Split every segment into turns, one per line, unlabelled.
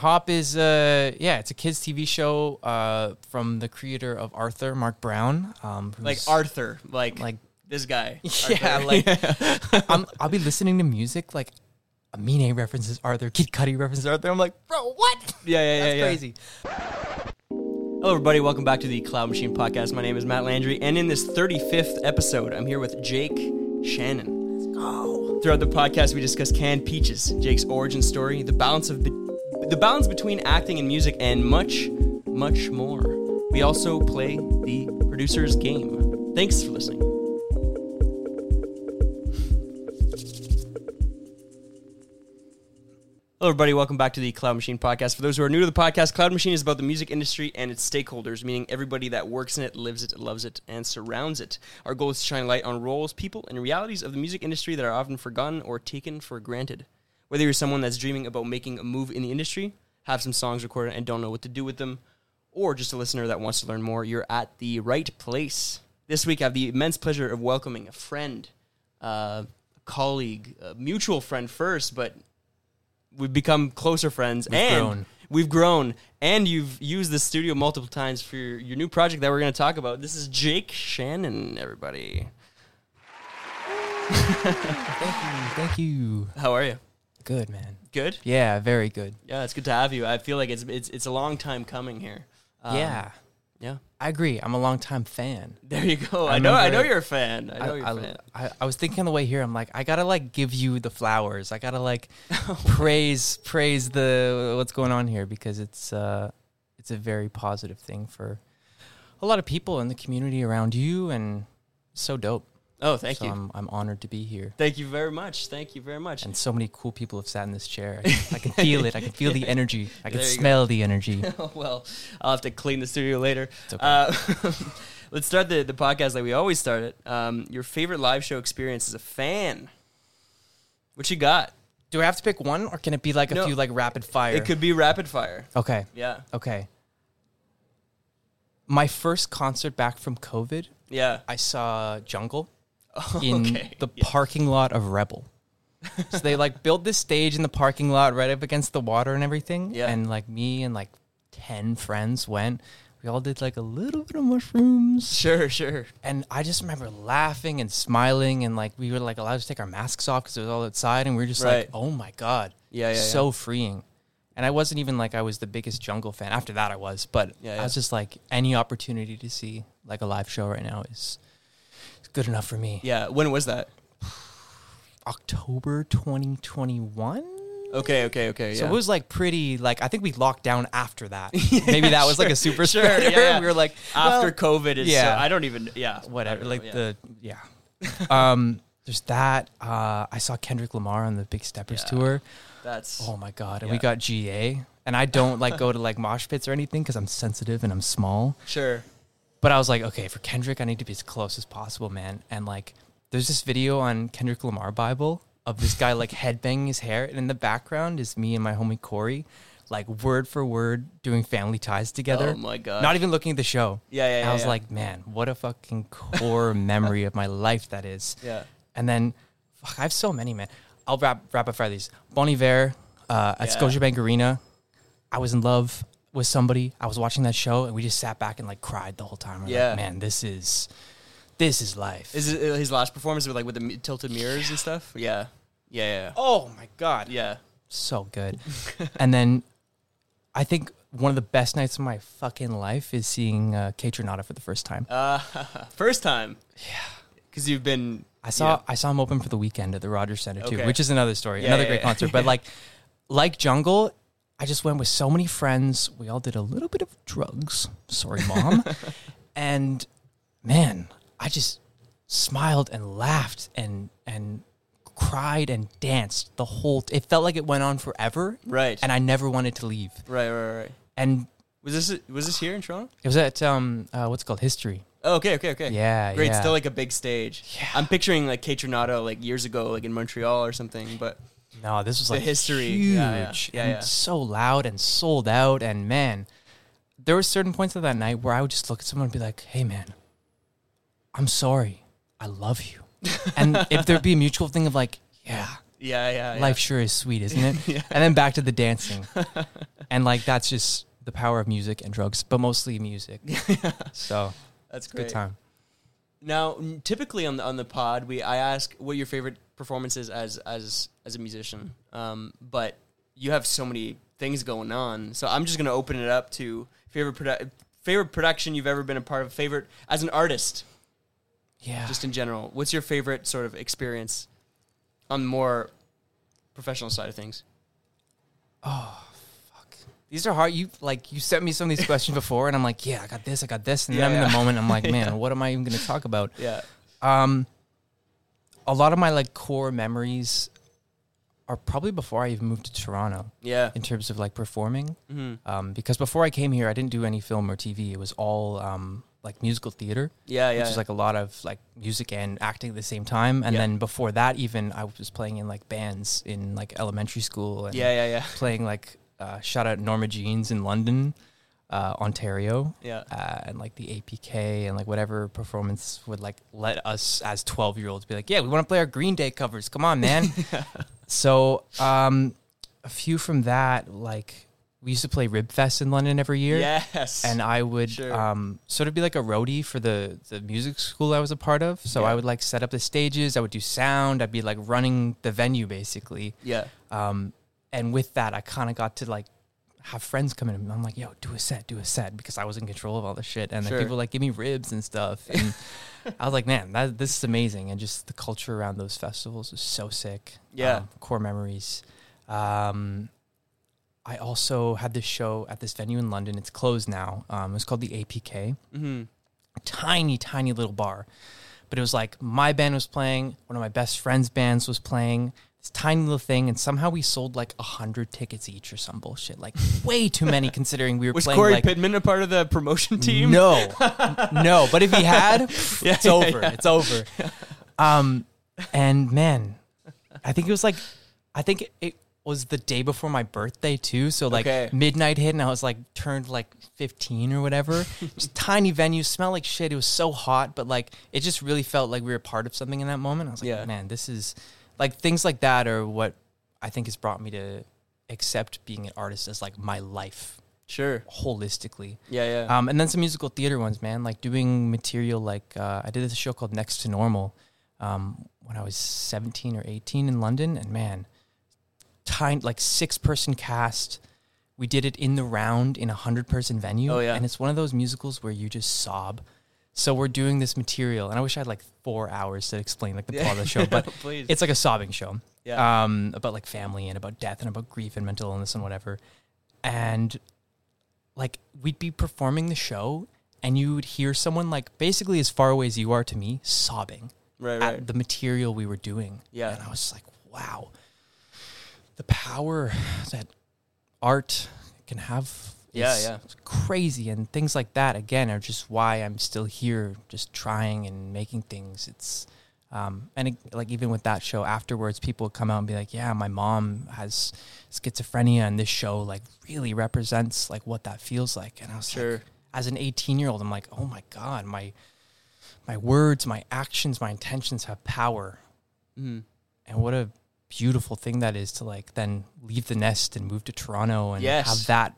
Hop is uh yeah, it's a kids TV show uh from the creator of Arthur, Mark Brown. Um, who's-
like Arthur, like
Like-
like this guy.
Yeah,
Arthur,
like I'm, I'll be listening to music like Amine references Arthur, Kid Cudi references Arthur. I'm like, bro, what?
yeah, yeah, yeah,
That's
yeah.
crazy.
Hello, everybody. Welcome back to the Cloud Machine Podcast. My name is Matt Landry, and in this 35th episode, I'm here with Jake Shannon. Throughout the podcast, we discuss canned peaches, Jake's origin story, the balance of the balance between acting and music, and much, much more. We also play the producer's game. Thanks for listening. Hello, everybody. Welcome back to the Cloud Machine Podcast. For those who are new to the podcast, Cloud Machine is about the music industry and its stakeholders, meaning everybody that works in it, lives it, loves it, and surrounds it. Our goal is to shine light on roles, people, and realities of the music industry that are often forgotten or taken for granted. Whether you're someone that's dreaming about making a move in the industry, have some songs recorded and don't know what to do with them, or just a listener that wants to learn more, you're at the right place. This week, I have the immense pleasure of welcoming a friend, uh, colleague, a mutual friend first, but we've become closer friends and
grown.
we've grown and you've used the studio multiple times for your, your new project that we're going to talk about this is jake shannon everybody
Thank you.
how are you
Good man.
good
Yeah, very good.
yeah it's good to have you i feel like it's it's, it's a long time coming here Um,
yeah,
yeah
I agree. I'm a longtime fan.
there you go i,
I
know i know
remember-
you're a fan i know
I,
you're a fan
I, I was thinking on the way here. I'm like, I gotta like give you the flowers. I gotta like
Oh,
praise praise the what's going on here because it's uh it's a very positive thing for a lot of people in the community around you and so dope.
oh thank
so
you
I'm, I'm honored to be here.
thank you very much thank you very much
And so many cool people have sat in this chair. I, I can feel it. I can feel the energy. I can
There you go.
smell the energy.
well, I'll have to clean the studio later.
It's okay.
Uh, let's start the, the podcast like we always start it. Um, your favorite live show experience as a fan. What you got?
Do I have to pick one, or can it be like a
No.
few like rapid fire?
It could be rapid fire.
Okay.
Yeah.
Okay. My first concert back from COVID,
Yeah.
I saw Jungle in
Oh, Okay.
the parking lot of Rebel. so they like built this stage in the parking lot right up against the water and everything.
Yeah.
And like me and like 10 friends went. We all did like a little bit of mushrooms.
Sure, sure.
And I just remember laughing and smiling. And like we were like allowed to take our masks off because it was all outside. And we were just like,
Right.
oh my God.
Yeah, yeah,
So freeing. And I wasn't even like I was the biggest jungle fan. After that, I was, but
Yeah,
I was
yeah.
just like any opportunity to see like a live show right now is is good enough for me.
Yeah. When was that?
October 2021.
Okay, okay, okay.
So
Oh, yeah.
it was like pretty like I think we locked down after that. Maybe that was like a super
sure,
spreader.
yeah, yeah.
We were like
after
well,
COVID is yeah.
yeah.
I don't even yeah. I
whatever
don't
like
know, yeah.
the yeah um there's that uh i saw kendrick lamar on the big steppers
Yeah.
tour
that's
oh my god and we
Yeah.
got ga and i don't like go to like mosh pits or anything because i'm sensitive and i'm small
sure.
but i was like okay for kendrick i need to be as close as possible man and like there's this video on kendrick lamar bible of this guy like headbanging his hair and in the background is me and my homie corey like word for word doing family ties together
Oh my god.
not even looking at the show.
Yeah, yeah,
And
yeah,
I was
yeah.
like, man, what a fucking core memory of my life that is.
Yeah.
And then, fuck, I have so many, man. I'll wrap wrap up for these. Bon Iver uh, at
Yeah.
Scotiabank Arena. I was in love with somebody. I was watching that show, and we just sat back and like cried the whole time. We were
Yeah.
like, man, this is this is life.
Is it uh, his last performance with like with the mi- tilted mirrors and stuff? Yeah. Yeah, yeah.
oh my god,
Yeah.
so good. and then, I think one of the best nights of my fucking life is seeing uh, Kate Renata for the first time.
Uh, first time. Yeah. Because you've been.
I saw I saw him open for the weekend at the Rogers Center too,
Okay.
which is another story,
Yeah,
another
yeah,
great
yeah.
concert. But like like Jungle, I just went with so many friends. We all did a little bit of drugs. Sorry, mom. and man, I just smiled and laughed and and cried and danced the whole t- it felt like it went on forever
Right.
and I never wanted to leave.
right, right, right.
And
Was this was this here in Toronto?
it was at um uh, what's it called history.
Oh, okay, okay, okay.
Yeah,
Great.
yeah.
Still like a big stage. Yeah. I'm picturing like Kate Trinado like years ago, like in Montreal or something. But
No, this was like
history.
huge,
Yeah, yeah. Yeah,
and
yeah.
so loud and sold out. And man, there were certain points of that night where I would just look at someone and be like, "Hey, man, I'm sorry, I love you," and if there'd be a mutual thing of like, "Yeah,
Yeah, yeah, yeah.
Life sure is sweet, isn't it? And then back to the dancing. and like that's just the power of music and drugs, but mostly music. So
That's great.
good time.
Now, n- typically on the on the pod, we I ask what your favorite performance is as as as a musician. Um, but you have so many things going on, so I'm just gonna open it up to favorite produ- favorite production you've ever been a part of. Favorite as an artist,
Yeah.
just in general. What's your favorite sort of experience on the more professional side of things?
these are hard. You like you sent me some of these questions before, and I'm like, yeah, I got this, I got this, and
Yeah,
then I'm in
yeah.
the moment. I'm like, man, what am I even going to talk about?
Yeah,
Um, a lot of my like core memories are probably before I even moved to Toronto
yeah,
in terms of like performing.
mm-hmm.
Um, because before I came here, I didn't do any film or TV. It was all um, like musical theater,
yeah, yeah.
which is like a lot of like music and acting at the same time. And
Yeah.
then before that, even I was playing in like bands in like elementary school and
yeah, yeah, yeah,
playing like uh, shout out Norma Jeans in London, uh, Ontario,
yeah.
uh, and like the APK and like whatever performance would like let us as 12 year olds be like, yeah, we want to play our Green Day covers. Come on, man. So, um, a few from that, like we used to play Rib Fest in London every year.
Yes,
And I would
Sure.
um, sort of be like a roadie for the, the music school I was a part of. So
Yeah.
I would like set up the stages, I would do sound, I'd be like running the venue basically.
yeah,
Um, and with that, I kind of got to like have friends come in and I'm like, yo, do a set, do a set because I was in control of all this shit. And then
Sure.
people like give me ribs and stuff. And I was like, man, that, this is amazing. And just the culture around those festivals is so sick.
Yeah.
Um, core memories. Um, I also had this show at this venue in London. It's closed now. Um, it's called the APK.
mm-hmm.
Tiny, tiny little bar. But it was like my band was playing, one of my best friend's bands was playing, this tiny little thing, and somehow we sold like a hundred tickets each or some bullshit. Like way too many considering we were
Was
playing
Corey
like
Pittman a part of the promotion team?
No. no. But if he had,
Yeah,
it's
yeah,
over.
yeah.
It's over. Um and man, I think it was like I think it was the day before my birthday too. So like
Okay.
midnight hit and I was like turned like fifteen or whatever. just tiny venue, smelled like shit. It was so hot, but like it just really felt like we were part of something in that moment. I was like,
Yeah.
man, this is like things like that are what I think has brought me to accept being an artist as like my life
Sure.
holistically.
Yeah, yeah.
Um, and then some musical theater ones, man, like doing material like uh, I did this show called Next to Normal um, when I was 17 or 18 in London. And man, time, like six person cast. We did it in the round in a 100 person venue.
Oh, yeah.
And it's one of those musicals where you just sob. So we're doing this material, and I wish I had like four hours to explain like the plot of the show, but
please.
Um, it's like a sobbing show
yeah.
um, about like family and about death and about grief and mental illness and whatever. And like we'd be performing the show and you would hear someone like basically as far away as you are to me sobbing
right, right.
at the material we were doing.
Yeah.
And um, I was like, wow, the power that art can have. is
Yeah, yeah.
Crazy and things like that again are just why I'm still here, just trying and making things. It's um, and it, like even with that show afterwards, people would come out and be like, "Yeah, my mom has schizophrenia, and this show like really represents like what that feels like." And I was like,
Sure.
as an 18 year old i'm like oh my god my my words my actions my intentions have power
Mm.
and what a beautiful thing that is to like then leave the nest and move to toronto and
Yes.
have that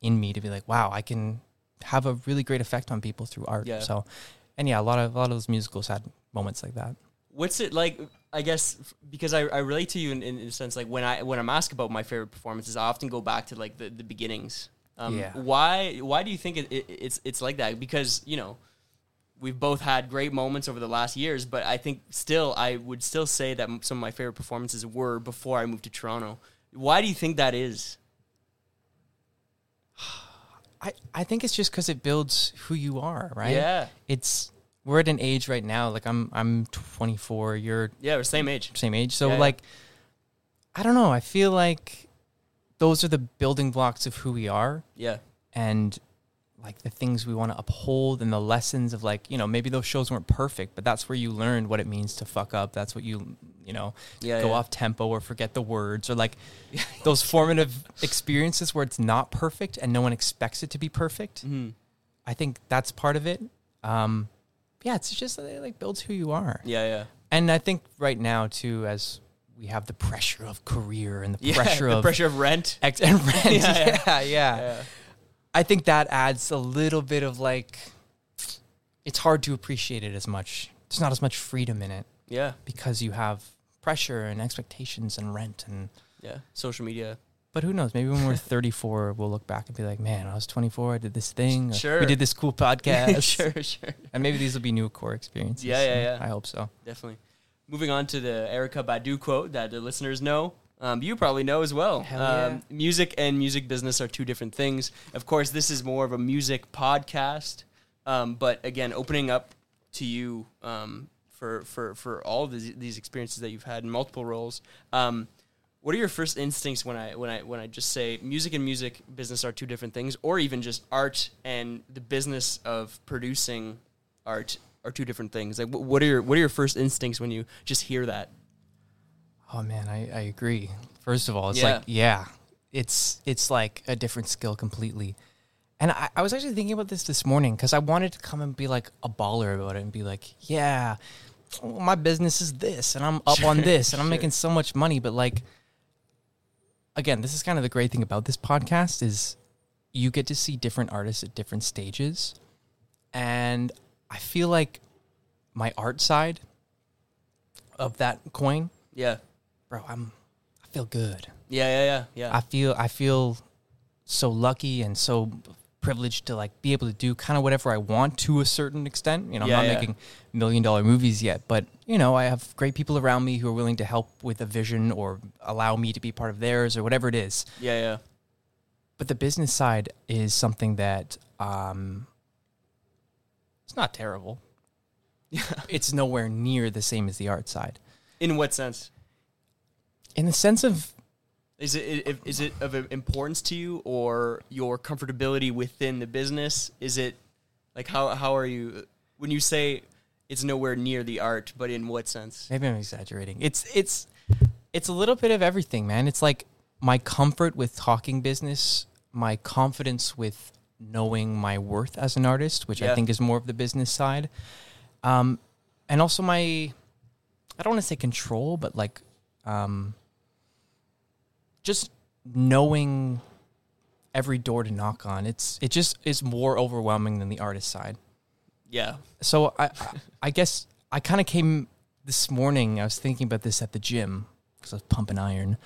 in me to be like wow i can have a really great effect on people through art
Yeah.
so and yeah a lot of a lot of those musicals had moments like that
What's it like? I guess f- because I, I relate to you in, in, in a sense, like when I when I'm asked about my favorite performances, I often go back to like the, the beginnings. Um,
Yeah.
Why why do you think it, it, it's it's like that? Because you know we've both had great moments over the last years, but I think still I would still say that m- some of my favorite performances were before I moved to Toronto. Why do you think that is?
i i think it's just because it builds who you are right
Yeah,
it's we're at an age right now like i'm i'm 24 you're
yeah, we're same age.
same age. So
Yeah, yeah.
like, I don't know. I feel like those are the building blocks of who we are
Yeah,
and like the things we want to uphold and the lessons of like you know maybe those shows weren't perfect, but that's where you learned what it means to fuck up. That's what you you know
yeah.
go
yeah.
off tempo or forget the words or like those formative experiences where it's not perfect and no one expects it to be perfect.
Mhm.
I think that's part of it. Um, yeah, it's just that it like builds who you are.
Yeah, yeah.
And I think right now too, as we have the pressure of career and the
Yeah,
pressure
the
of
pressure of rent.
ex and rent. Yeah
yeah.
yeah. I think that adds a little bit of like, it's hard to appreciate it as much. There's not as much freedom in it
yeah,
because you have pressure and expectations and rent and.
yeah. Social media.
But who knows? Maybe when we're 34, we'll look back and be like, "Man, I was 24. I did this thing. or
Sure.
we did this cool podcast.
sure, sure,
And maybe these will be new core experiences.
Yeah, yeah,
and
yeah.
I hope so.
definitely. Moving on to the Erica Badu quote that the listeners know. Um, you probably know as well.
Hell yeah.
Um, music and music business are two different things. Of course, this is more of a music podcast. Um, but again, opening up to you um, for for for all these, these experiences that you've had in multiple roles. Um, what are your first instincts when I when I when I just say music and music business are two different things, or even just art and the business of producing art are two different things? Like, wh- what are your what are your first instincts when you just hear that?
Oh man, I, I agree. First of all, it's
Yeah.
like yeah, it's it's like a different skill completely. And I, I was actually thinking about this this morning because I wanted to come and be like a baller about it and be like, yeah, well, my business is this and I'm up on this and I'm making so much money. But like, again, this is kind of the great thing about this podcast is you get to see different artists at different stages. And I feel like my art side of that coin
Yeah,
bro, I'm I feel good.
yeah, yeah, yeah, yeah.
I feel I feel so lucky and so privileged to like be able to do kind of whatever I want to a certain extent. You know,
Yeah,
I'm not
yeah.
making million dollar movies yet, but you know, I have great people around me who are willing to help with a vision or allow me to be part of theirs or whatever it is.
yeah, yeah.
But the business side is something that um it's not terrible. it's nowhere near the same as the art side.
In what sense
In the sense of
is it i- is it of importance to you, or your comfortability within the business? Is it like how how are you when you say it's nowhere near the art, but in what sense?
Maybe I'm exaggerating. It's it's it's a little bit of everything, man. It's like my comfort with talking business, my confidence with knowing my worth as an artist, which
Yeah.
I think is more of the business side. Um and also my I don't want to say control, but like um just knowing every door to knock on. It's it just is more overwhelming than the artist side
Yeah,
so I, I- I guess I kind of came this morning. I was thinking about this at the gym because I was pumping iron.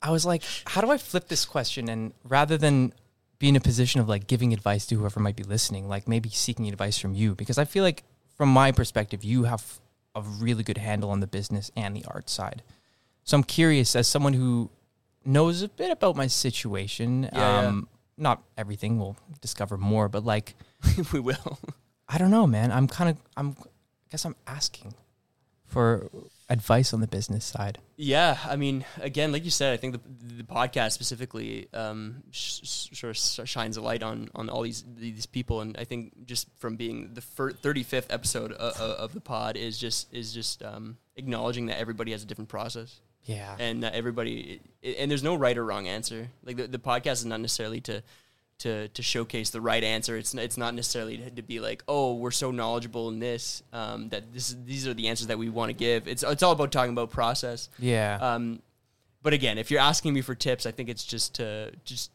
I was like, how do I flip this question? And rather than be in a position of like giving advice to whoever might be listening, like maybe seeking advice from you, because I feel like from my perspective, you have a really good handle on the business and the art side. So I'm curious, as someone who knows a bit about my situation,
Yeah, yeah.
um, not everything, we'll discover more, but like,
we will.
I don't know, man. I'm kind of I'm I guess I'm asking for advice on the business side.
Yeah, I mean, again, like you said, I think the, the podcast specifically um, sh- sh- sort of sh- shines a light on on all these these people, and I think just from being the thirty fifth episode of, of the pod is just is just um, acknowledging that everybody has a different process,
Yeah.
and that everybody and there's no right or wrong answer. Like the, the podcast is not necessarily to to to showcase the right answer. It's it's not necessarily to, to be like, oh, we're so knowledgeable in this um, that this is, these are the answers that we want to give. It's it's all about talking about process.
Yeah.
Um, but again, if you're asking me for tips, I think it's just to just.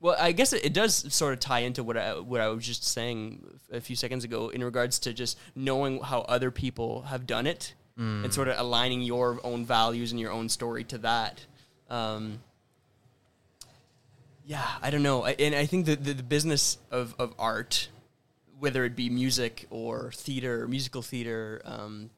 Well, I guess it, it does sort of tie into what I what I was just saying a few seconds ago in regards to just knowing how other people have done it and sort of aligning your own values and your own story to that. Um, yeah, I don't know, I, and I think the, the the business of of art, whether it be music or theater, musical theater, um,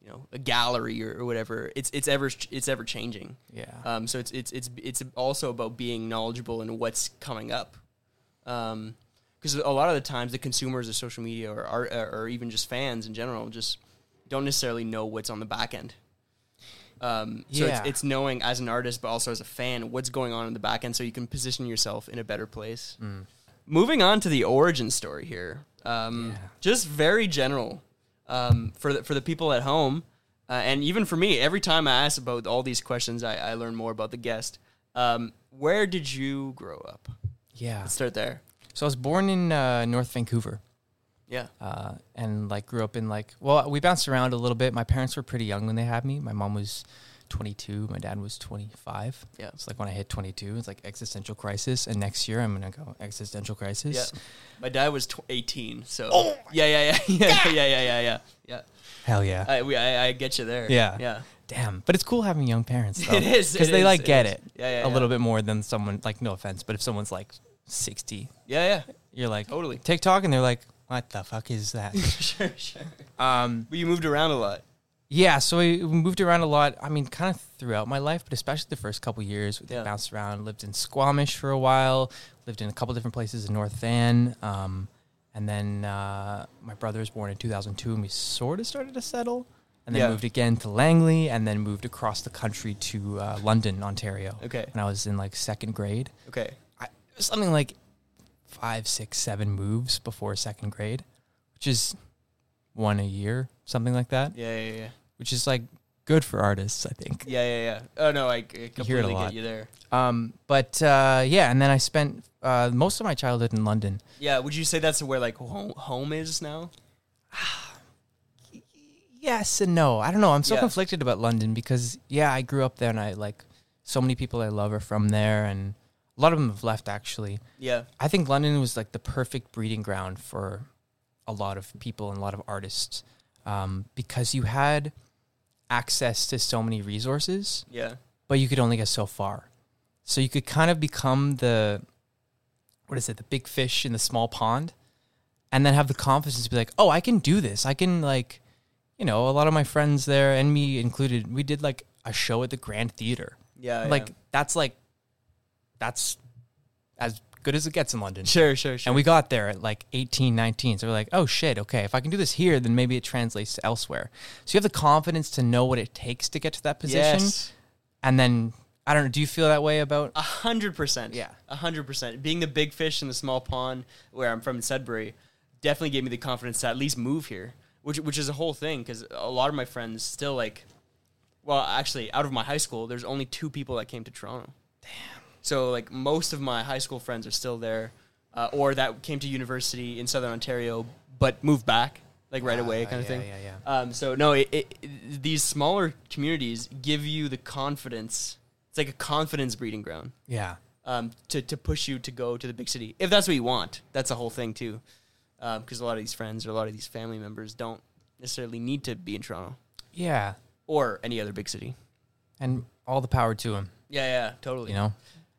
you know, a gallery or, or whatever, it's it's ever it's ever changing.
yeah.
Um, so it's it's it's it's also about being knowledgeable in what's coming up, because a lot of the times the consumers of social media or are, or even just fans in general just don't necessarily know what's on the back end. Um, so
Yeah.
it's, it's knowing as an artist, but also as a fan, what's going on in the back end, so you can position yourself in a better place.
Mm-hmm.
Moving on to the origin story here, um,
Yeah.
just very general um, for the, for the people at home, uh, and even for me. Every time I ask about all these questions, I, I learn more about the guest. Um, where did you grow up?
yeah.
Let's start there.
So I was born in uh, North Vancouver.
Yeah.
uh, and like grew up in like well we bounced around a little bit my parents were pretty young when they had me my mom was 22 my dad was 25
Yeah.
it's like when i hit 22 it's like existential crisis and next year i'm gonna go existential
Yeah.
crisis
My dad was tw- 18, so. Oh yeah, yeah, yeah, yeah, yeah, yeah, yeah, yeah. Yeah.
hell yeah
I, we, I, I get you there.
Yeah.
Yeah.
damn but it's cool having young parents though
It is,
because
it
they
is,
like
it
get
is.
it
Yeah, yeah,
a
yeah.
little bit more than someone like no offense but if someone's like 60
Yeah, yeah.
you're like
Totally.
tiktok and they're like what the fuck is that
sure, sure.
um
But you moved around a lot.
Yeah, so we moved around a lot. I mean, kind of throughout my life, but especially the first couple years, we
Yeah.
bounced around. Lived in Squamish for a while. Lived in a couple different places in North Van. Um, and then uh, my brother was born in 2002, and we sort of started to settle. And then
Yeah.
moved again to Langley, and then moved across the country to uh, London, Ontario.
Okay.
When I was in like second grade,
Okay.
I, something like five, six, seven moves before second grade, which is one a year, something like that
Yeah, yeah, yeah.
which is like good for artists, I think.
Yeah, yeah, yeah. Oh, no, I, I completely
hear it a
get
lot.
you there.
Um, but uh, yeah, and then I spent uh, most of my childhood in London.
Yeah, would you say that's where, like, home, home is now?
Yes and no. I don't know. I'm so
Yeah.
conflicted about London because yeah, I grew up there, and I like so many people I love are from there, and a lot of them have left. Actually,
Yeah.
I think London was like the perfect breeding ground for a lot of people and a lot of artists um, because you had access to so many resources.
Yeah.
but you could only get so far. So you could kind of become the what is it, the big fish in the small pond, and then have the confidence to be like, oh, I can do this. I can like, you know, a lot of my friends there and me included, we did like a show at the Grand Theater.
Yeah.
like
Oh, yeah.
that's like that's as good as it gets in London.
sure, sure, sure.
And we got there at like 18, 19. So we're like, oh shit, okay, if I can do this here, then maybe it translates to elsewhere. So you have the confidence to know what it takes to get to that position
Yes. Uh,
and then I don't know. Do you feel that way about?
A hundred percent.
Yeah.
A hundred percent. Being the big fish in the small pond where I'm from in Sudbury definitely gave me the confidence to at least move here, which which is a whole thing because a lot of my friends still like, well, actually, out of my high school, there's only two people that came to Toronto. Damn. So like most of my high school friends are still there, uh, or that came to university in Southern Ontario but moved back like right away kind of
Ah, yeah,
thing.
yeah, yeah.
Um, so no, it, it, it- these smaller communities give you the confidence. It's like a confidence breeding ground
yeah,
um, to to push you to go to the big city if that's what you want. That's a whole thing too, because a lot of these friends or a lot of these family members don't necessarily need to be in Toronto
yeah,
or any other big city.
and all the power to him.
Yeah, yeah, totally.
You know,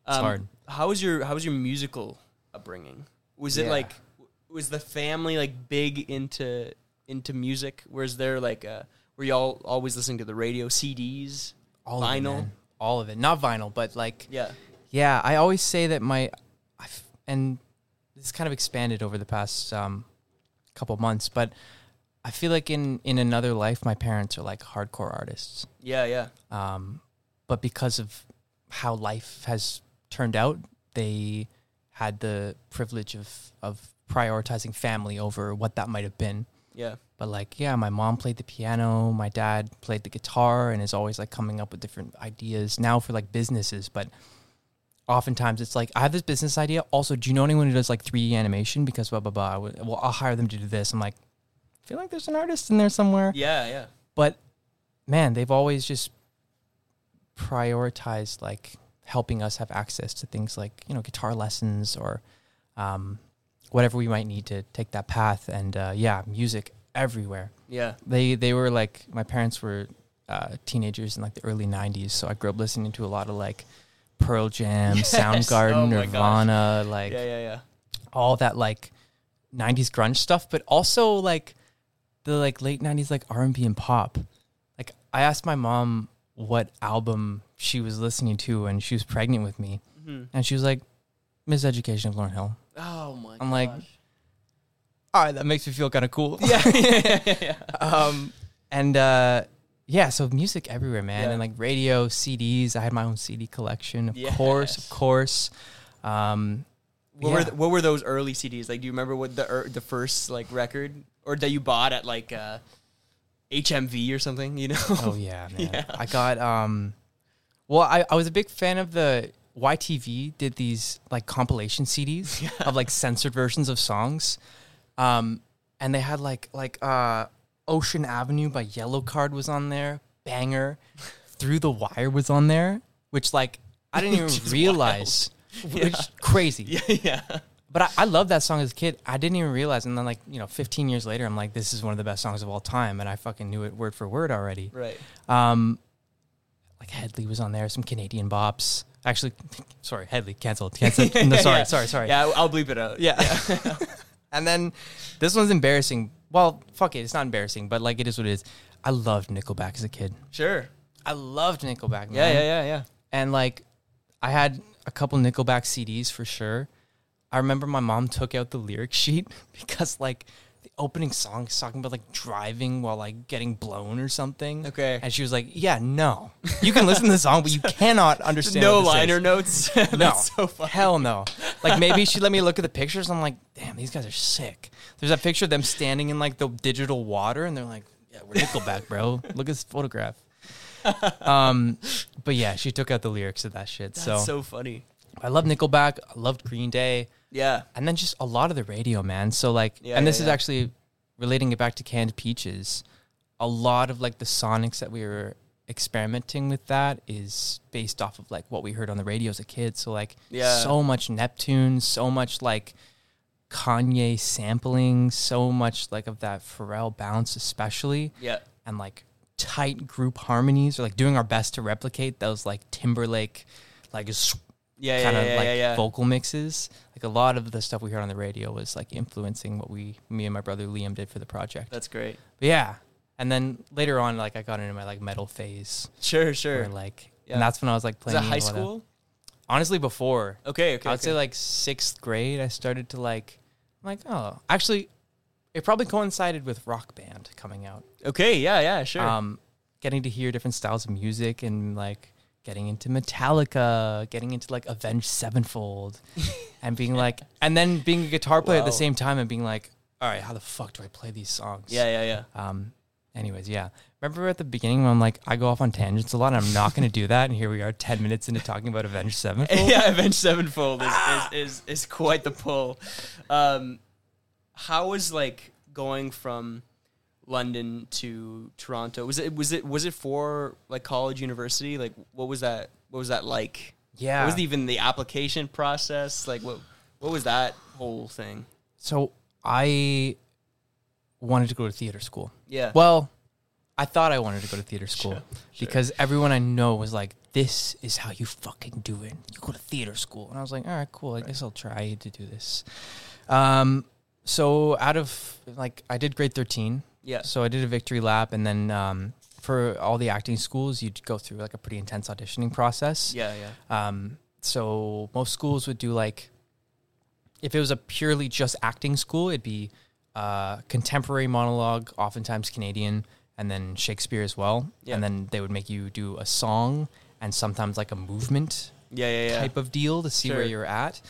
it's
Um,
hard.
How was your How was your musical upbringing? Was it
Yeah.
like w- was the family like big into into music? Was there like a were y'all always listening to the radio, CDs,
All of it,
vinyl?
man. all of it. Not vinyl, but like, yeah.
yeah,
I always say that my, I f- and this is kind of expanded over the past um, couple months, but I feel like in in another life, my parents are like hardcore artists.
yeah, yeah,
um, but because of how life has turned out, they had the privilege of of prioritizing family over what that might have been.
yeah,
But like, yeah, my mom played the piano, my dad played the guitar, and is always like coming up with different ideas now for like businesses. But oftentimes it's like, I have this business idea. Also, do you know anyone who does like 3D animation? Because blah blah blah. I would- Well, I'll hire them to do this. I'm like, I feel like there's an artist in there somewhere
yeah, yeah.
but man, they've always just prioritized like helping us have access to things like you know guitar lessons or um, whatever we might need to take that path. And uh, yeah, music everywhere.
Yeah.
They they were like my parents were uh, teenagers in like the early '90s, so I grew up listening to a lot of like Pearl Jam,
Yes.
Soundgarden,
Oh my gosh.
Nirvana, like
yeah, yeah, yeah.
all that like 90s grunge stuff but also like the like late 90s like R&B and pop. Like I asked my mom what album she was listening to when she was pregnant with me
Mhm.
and she was like Miseducation of Lauren Hill.
Oh my!
I'm like- All right, that makes me feel kind of cool.
yeah, yeah, yeah, yeah.
um and uh yeah, so music everywhere, man,
Yeah.
and like radio, CDs. I had my own CD collection, of course,
Yes.
of course. Um,
What were
Yeah.
th- what were those early CDs like? Do you remember what the er, the first like record or that you bought at like uh, HMV or something? You know?
Oh yeah, man. I got um well I, I was a big fan of the YTV did these like compilation CDs of like censored versions of songs. Um and they had like like uh, Ocean Avenue by Yellow Card was on there. Banger, Through the Wire was on there, which like I didn't
Which
even
is
realize. Which is crazy.
Yeah, yeah.
But I, I love that song as a kid. I didn't even realize, and then like you know, 15 years later, I'm like, this is one of the best songs of all time, and I fucking knew it word for word already.
Right.
Um, like Headley was on there, some Canadian bops. Actually, sorry, Headley canceled. Canceled. No, sorry,
Yeah.
sorry, sorry.
Yeah, I'll- I'll bleep it out.
Yeah. and then this one's embarrassing. Well, fuck it, it's not embarrassing, but like it is what it is. I loved Nickelback as a kid.
Sure.
I loved Nickelback. Man.
Yeah, yeah, yeah, yeah.
And like, I had a couple Nickelback CDs for sure. I remember my mom took out the lyric sheet because like the opening song is talking about like driving while like getting blown or something.
Okay.
And she was like, "Yeah, no, you can listen to the song, but you cannot understand."
no
what this
liner
is."
notes.
No,
That's so funny.
hell no. Like maybe she let me look at the pictures. I'm like, damn, these guys are sick. There's that picture of them standing in like the digital water, and they're like, yeah, we're Nickelback, bro. Look at this photograph. um, but yeah, she took out the lyrics of that shit.
That's
so,
so, funny.
I love Nickelback. I loved Green Day,
Yeah.
and then just a lot of the radio, man. So like,
Yeah,
and this
yeah,
is
yeah.
actually relating it back to canned peaches. A lot of like the sonics that we were experimenting with that is based off of like what we heard on the radio as a kid. So like,
Yeah.
so much Neptune, so much like Kanye sampling, so much like of that Pharrell bounce, especially,
Yeah.
and like tight group harmonies, or like doing our best to replicate those like Timberlake, like
Yeah,
kind
yeah,
of
yeah,
like
yeah, yeah.
vocal mixes. Like a lot of the stuff we heard on the radio was like influencing what we, me and my brother Liam, did for the project.
That's great.
But yeah, and then later on, like I got into my like metal phase,
Sure,
where
sure.
like,
Yeah.
and that's when I was like
Is
playing.
that high
and whatnot.
school?
Honestly, before
Okay, okay.
I would
okay.
say like sixth grade, I started to like, I'm like oh, actually, it probably coincided with Rock Band coming out.
okay, yeah, yeah, sure.
Um, getting to hear different styles of music and like getting into Metallica, getting into like Avenged Sevenfold, and being like, and then being a guitar player at the
Wow.
same time and being like, all right, how the fuck do I play these songs?
yeah, yeah, yeah.
Um. Anyways, yeah. Remember at the beginning when I'm like, I go off on tangents a lot, and I'm not going to do that. And here we are, ten minutes into talking about Avenged Sevenfold.
yeah, Avenged Sevenfold is,
Ah!
is, is, is quite the pull. Um, how was like going from London to Toronto? Was it was it was it for like college, university? Like, what was that? What was that like?
Yeah.
What was even the application process? Like, what what was that whole thing?
So I wanted to go to theater school.
Yeah.
Well, I thought I wanted to go to theater school because everyone I know was like, "This is how you fucking do it. You go to theater school." And I was like, "All right, cool. I guess I'll try to do this." Um, so out of like, I did grade thirteen.
Yeah.
So I did a victory lap, and then um, for all the acting schools, you'd go through like a pretty intense auditioning process.
Yeah, yeah.
Um, so most schools would do like, if it was a purely just acting school, it'd be uh, contemporary monologue, oftentimes Canadian, and then Shakespeare as well.
Yeah.
And then they would make you do a song and sometimes like a movement
Yeah, yeah, yeah.
type of deal to see where
Sure.
you're at.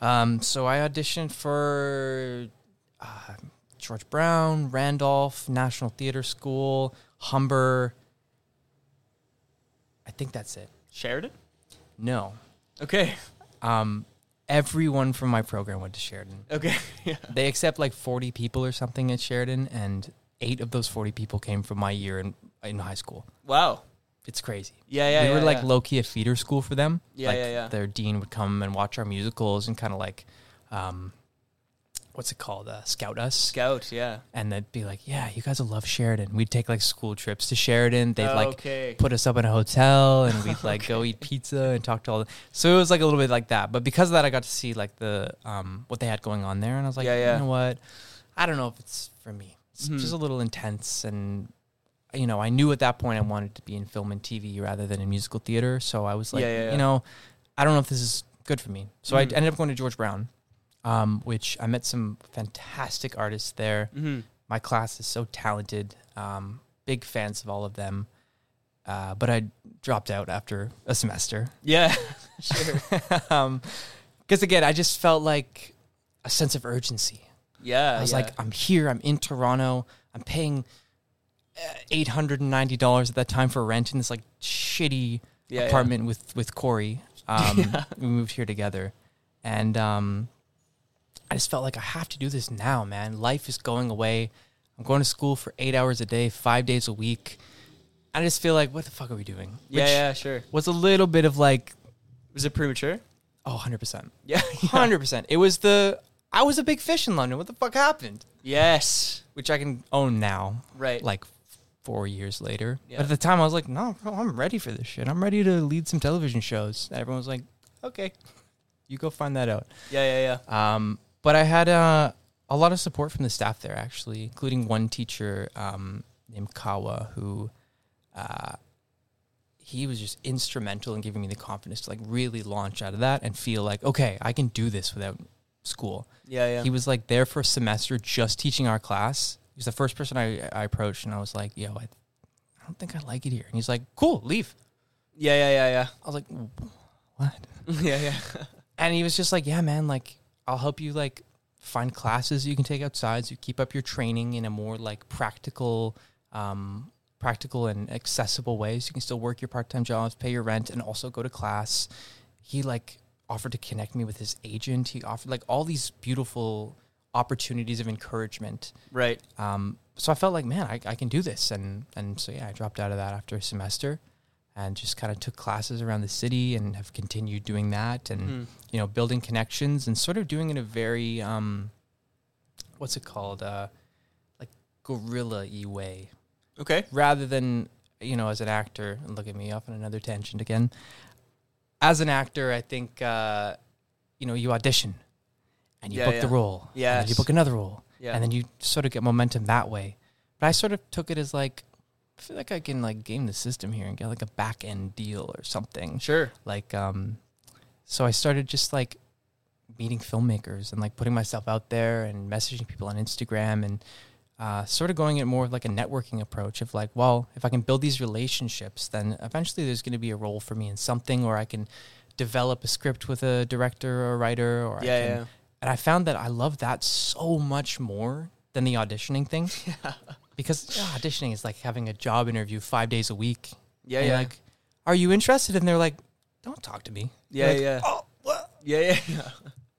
Um, so I auditioned for uh, George Brown, Randolph, National Theater School, Humber. I think that's it.
Sheridan?
No,
Okay.
um, everyone from my program went to Sheridan.
Okay. yeah.
They accept like 40 people or something at Sheridan, and eight of those 40 people came from my year in, in high school.
Wow.
It's crazy.
Yeah, yeah.
we were
yeah,
like
yeah.
low key a feeder school for them.
Yeah,
like,
yeah, yeah.
Their dean would come and watch our musicals and kind of like, um, what's it called? Uh, scout us.
scout. Yeah.
and they'd be like, "Yeah, you guys will love Sheridan." We'd take like school trips to Sheridan. They'd like
Oh, Okay.
put us up in a hotel, and we'd like go eat pizza and talk to all. The- so it was like a little bit like that. But because of that, I got to see like the um what they had going on there, and I was like,
Yeah, yeah.
you know what? I don't know if it's for me. It's
Mhm.
just a little intense, and you know, I knew at that point I wanted to be in film and TV rather than in musical theater. So I was like,
Yeah, yeah, yeah.
you know, I don't know if this is good for me. So
Mhm.
I ended up going to George Brown. Um, which I met some fantastic artists there
Mm-hmm.
my class is so talented. Um, big fans of all of them. Uh, but I dropped out after a semester.
Yeah. sure.
Because again, I just felt like a sense of urgency.
Yeah.
I was
Uh, yeah.
like, I'm here, I'm in Toronto, I'm paying uh, $890 at that time for rent in this like shitty
Yeah, yeah.
apartment with, with Corey. Um, We moved here together. And um, I just felt like I have to do this now, man. Life is going away. I'm going to school for eight hours a day, five days a week. I just feel like, what the fuck are we doing?
Yeah,
Which
yeah, sure.
was a little bit of like,
Was it premature?
oh, 100%.
Yeah.
100%. It was the, I was a big fish in London. What the fuck happened?
yes.
Which I can own now,
Right.
like four years later.
Yeah.
But at the time, I was like, no, bro, I'm ready for this shit. I'm ready to lead some television shows. And everyone was like, okay, you go find that out.
Yeah, yeah, yeah.
Um, but I had uh, a lot of support from the staff there, actually, including one teacher um, named Kawa, who uh, he was just instrumental in giving me the confidence to like really launch out of that and feel like, okay, I can do this without school.
Yeah, yeah.
He was like there for a semester just teaching our class. He was the first person I, I approached, and I was like, yo, I, I don't think I like it here. And he's like, cool, leave.
yeah, yeah,
I was like, what?
yeah, yeah. yeah, yeah.
and he was just like, "Yeah, man, like I'll help you like find classes you can take outside, so you keep up your training in a more like practical, um, practical and accessible way, so you can still work your part time jobs, pay your rent, and also go to class." He like offered to connect me with his agent. He offered like all these beautiful opportunities of encouragement.
Right.
Um, so I felt like, man, I, I can do this, and and so yeah, I dropped out of that after a semester, and just kind of took classes around the city and have continued doing that, and
Mm.
you know, building connections and sort of doing it in a very um, what's it called, uh, like guerrilla y way,
Okay.
rather than you know, as an actor. And look at me off on another tangent again. As an actor, I think uh, you know you audition, and you
Yeah,
book the
yeah.
role, and then you
Yes.
book another role,
Yeah.
and then you sort of get momentum that way. But I sort of took it as like. I feel like I can like game the system here and get like a back end deal or something
sure.
like um so i started just like meeting filmmakers and like putting myself out there and messaging people on instagram and uh, sort of going at more of like a networking approach of like well if i can build these relationships then eventually there's going to be a role for me in something or i can develop a script with a director or a writer or I
Yeah,
can,
yeah.
and i found that i love that so much more than the auditioning thing because yeah, auditioning is like having a job interview five days a week
Yeah,
and
yeah.
you're like, are you interested? And they're like, don't talk to me.
yeah,
You're like,
yeah.
Oh, what?
yeah, yeah, yeah.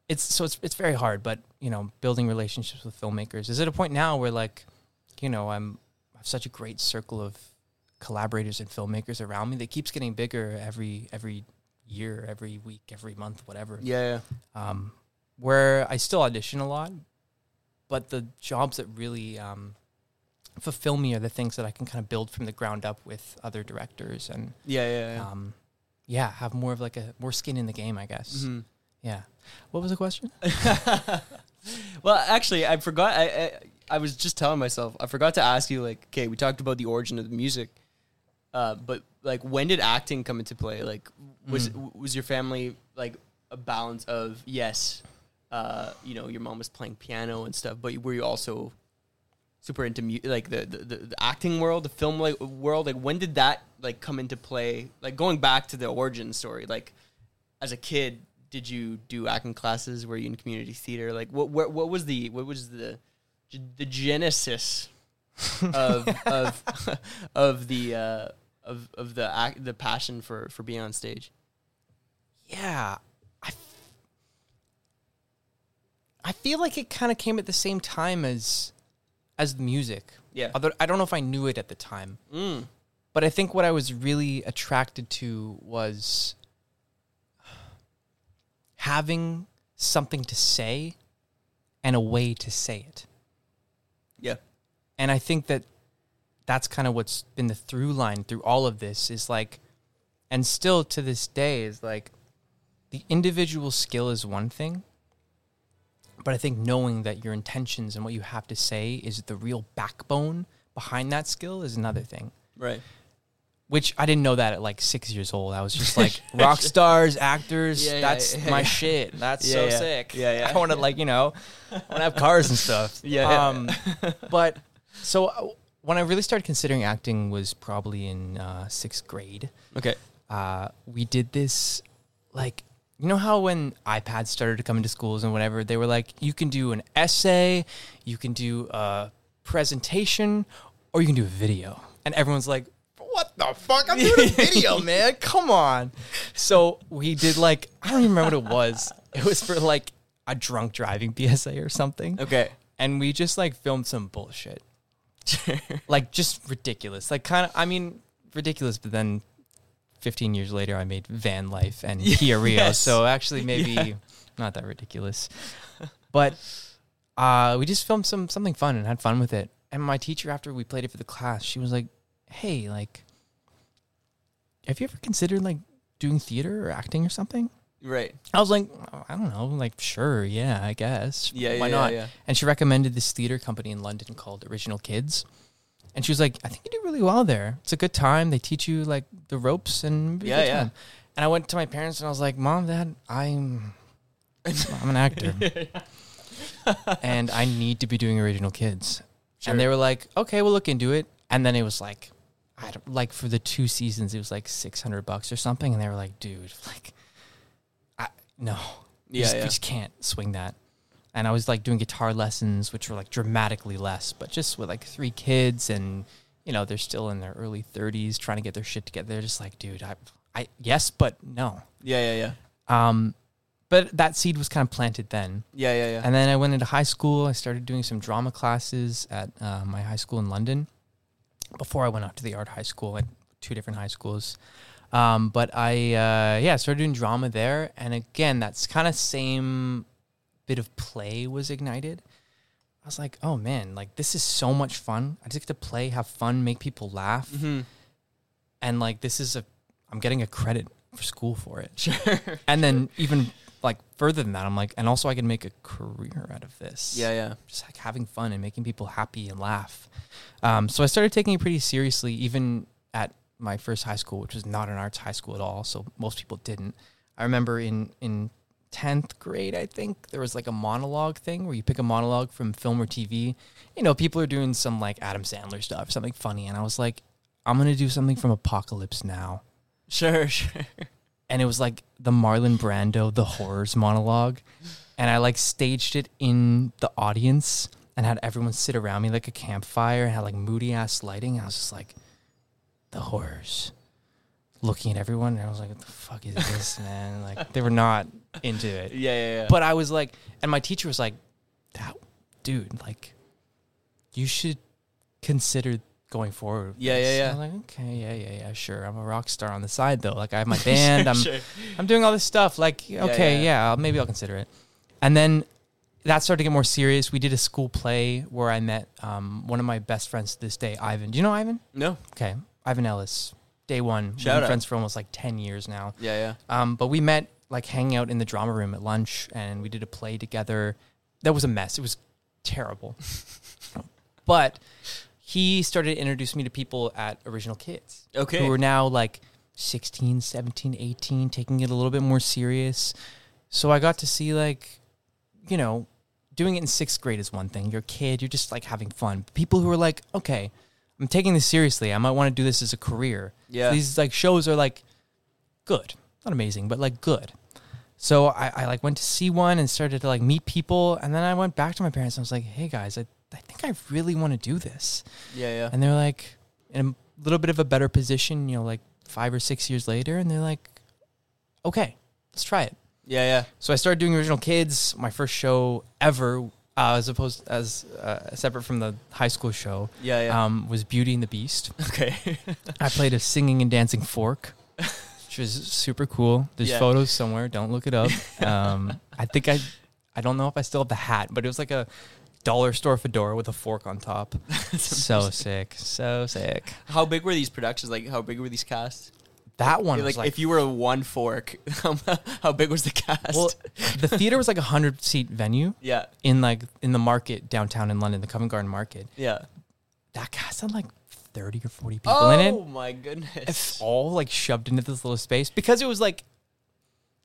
It's so it's it's very hard, but you know, building relationships with filmmakers is at a point now where like, you know, I'm I have such a great circle of collaborators and filmmakers around me that keeps getting bigger every every year, every week, every month, whatever.
Yeah,
Um, where I still audition a lot, but the jobs that really um, fulfill me are the things that I can kind of build from the ground up with other directors and
yeah, yeah, yeah.
um, yeah, have more of like a more skin in the game, I guess.
Mhm.
Yeah. What was the question?
well, actually, I forgot. I, I I was just telling myself I forgot to ask you. Like, okay, we talked about the origin of the music, uh, but like, when did acting come into play? Like, was was your family like a balance of yes, uh, you know, your mom was playing piano and stuff, but were you also super into mu- like the, the, the, the acting world, the film like world? Like, when did that like come into play? Like, going back to the origin story, like as a kid did you do acting classes were you in community theater like what what, what was the what was the the genesis of of of the uh of of the act, the passion for for being on stage
Yeah. I, f- I feel like it kind of came at the same time as as the music.
yeah
Although I don't know if I knew it at the time.
mm.
But I think what I was really attracted to was having something to say and a way to say it.
yeah
and I think that that's kind of what's been the through line through all of this is like, and still to this day is like, the individual skill is one thing, but I think knowing that your intentions and what you have to say is the real backbone behind that skill is another thing.
right
Which I didn't know that at like six years old. I was just like rock stars, actors.
Yeah, yeah,
that's
yeah,
my
yeah.
shit. That's
Yeah,
so
yeah.
sick.
Yeah, yeah.
I want to like you know, I want to have cars and stuff.
Yeah, yeah.
Um, but so uh, when I really started considering acting was probably in uh, sixth grade.
okay
Uh, we did this like you know how when iPads started to come into schools and whatever, they were like you can do an essay, you can do a presentation, or you can do a video, and everyone's like. What the fuck? I'm doing a video, man. Come on. So we did like I don't even remember what it was. It was for like a drunk driving PSA or something.
Okay.
And we just like filmed some bullshit. like just ridiculous. Like kind of I mean ridiculous, but then 15 years later I made Van Life and Kia Rio.
yes.
So actually maybe
Yeah.
not that ridiculous. But uh we just filmed some something fun and had fun with it. And my teacher after we played it for the class, she was like, "Hey, like have you ever considered like doing theater or acting or something?"
Right.
I was like, "Oh, I don't know, like sure, yeah, I guess.
Yeah. yeah,
Why
yeah,
not?
Yeah.
And she recommended this theater company in London called Original Kids. And she was like, I think you do really well there. It's a good time. They teach you like the ropes and it'll be a
Yeah,
good
yeah.
time." And I went to my parents and I was like, Mom, Dad, I'm I'm an actor. and I need to be doing original kids.
Sure.
And they were like, Okay, we'll look into it. And then it was like I don't like for the two seasons it was like six hundred bucks or something, and they were like, dude, like I no. You
yeah,
just, you
yeah.
just can't swing that. And I was like doing guitar lessons, which were like dramatically less, but just with like three kids and, you know, they're still in their early 30s trying to get their shit together. They're just like, dude, I, I, yes, but no.
Yeah. Yeah. Yeah.
Um, but that seed was kind of planted then.
Yeah. Yeah. Yeah.
And then I went into high school. I started doing some drama classes at uh, my high school in London before I went off to the art high school at two different high schools. Um, but I, uh, yeah, started doing drama there. And again, that's kind of same bit of play was ignited. I was like, oh man, like this is so much fun. I just get to play, have fun, make people laugh.
mm-hmm.
And like, this is a, I'm getting a credit for school for it.
Sure.
And then even like further than that, I'm like, and also I can make a career out of this
Yeah. Yeah.
just like having fun and making people happy and laugh. Um, so I started taking it pretty seriously, even at my first high school, which was not an arts high school at all. So most people didn't. I remember in in tenth grade, I think there was like a monologue thing where you pick a monologue from film or TV. You know, people are doing some like Adam Sandler stuff, something funny, and I was like, I'm gonna do something from Apocalypse Now,
Sure. Sure.
and it was like the Marlon Brando the horrors monologue, and I like staged it in the audience and had everyone sit around me like a campfire and had like moody ass lighting. I was just like, the horrors, looking at everyone, and I was like, what the fuck is this, man? Like they were not into
Yeah.
it,
Yeah. Yeah.
but I was like, and my teacher was like, that dude, like, you should consider going forward. with
Yeah, yeah,
this."
yeah.
I'm like, okay, yeah, yeah, yeah, sure. I'm a rock star on the side though. Like I have my band. I'm
Sure.
I'm doing all this stuff. Like, okay,
yeah.
yeah, I'll- maybe I'll consider it. And then that started to get more serious. We did a school play where I met um, one of my best friends to this day, Ivan. Do you know Ivan?
No.
Okay, Ivan Ellis. Day one. We've
Shout
been
out.
friends for almost like 10 years now.
Yeah. Yeah.
Um, but we met like hanging out in the drama room at lunch and we did a play together. That was a mess. It was terrible. but he started to introduce me to people at Original Kids
Okay.
who are now like 16, 17, 18, taking it a little bit more serious. So I got to see like, you know, doing it in sixth grade is one thing. You're a kid, you're just like having fun. People who are like, okay, I'm taking this seriously. I might want to do this as a career.
yeah.
These like shows are like good, not amazing, but like good. So I, I like went to see one and started to like meet people, and then I went back to my parents and I was like, hey guys, I, I think I really want to do this
yeah. Yeah.
and they're like in a little bit of a better position, you know, like five or six years later, and they're like, okay, let's try it.
Yeah. Yeah.
So I started doing original kids, my first show ever, uh, as opposed as uh, separate from the high school show,
Yeah. Yeah.
um, was Beauty and the Beast.
okay.
I played a singing and dancing fork, which was super cool. There's
Yeah.
photos somewhere. Don't look it up. Um, I think I, I don't know if I still have the hat, but it was like a dollar store fedora with a fork on top. so sick, so sick.
how big were these productions? Like, how big were these casts?
That one
like,
was like
if you were a one fork, how, how big was the cast?
well, the theater was like a hundred seat venue
yeah.
in like in the market downtown in London, the Covent Garden Market.
Yeah.
That cast had like thirty or forty people
oh
in it,
my goodness.
It's all like shoved into this little space because it was like,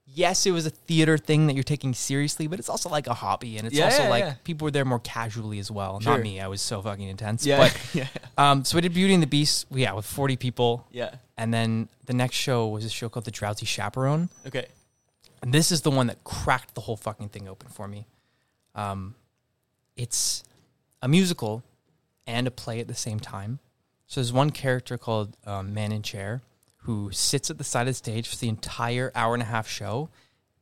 yes, it was a theater thing that you're taking seriously, but it's also like a hobby, and it's
Yeah,
also
yeah,
like
yeah.
people were there more casually as well.
Sure.
Not me, I was so fucking intense.
Yeah.
But
yeah.
um, so we did Beauty and the Beast, yeah, with forty people,
Yeah.
and then the next show was a show called The Drowsy Chaperone.
Okay.
And this is the one that cracked the whole fucking thing open for me. Um, it's a musical and a play at the same time. So there's one character called um, Man in Chair who sits at the side of the stage for the entire hour and a half show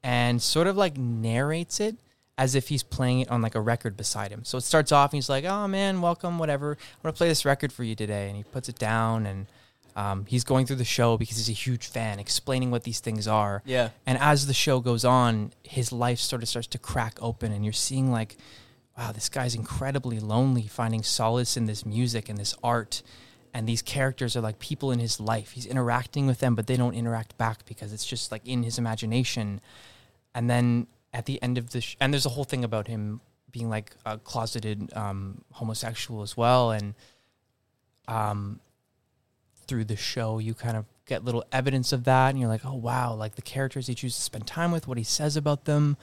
and sort of like narrates it as if he's playing it on like a record beside him. So it starts off and he's like, "Oh man, welcome, whatever. I'm gonna play this record for you today," and he puts it down and. Um, he's going through the show because he's a huge fan, explaining what these things are.
Yeah.
And as the show goes on, his life sort of starts to crack open, and you're seeing like, wow, this guy's incredibly lonely, finding solace in this music and this art. And these characters are like people in his life. He's interacting with them, but they don't interact back because it's just like in his imagination. And then at the end of the sh- and there's a whole thing about him being like a closeted um, homosexual as well, and um, through the show, you kind of get little evidence of that, and you're like, oh wow, like the characters he chooses to spend time with, what he says about them,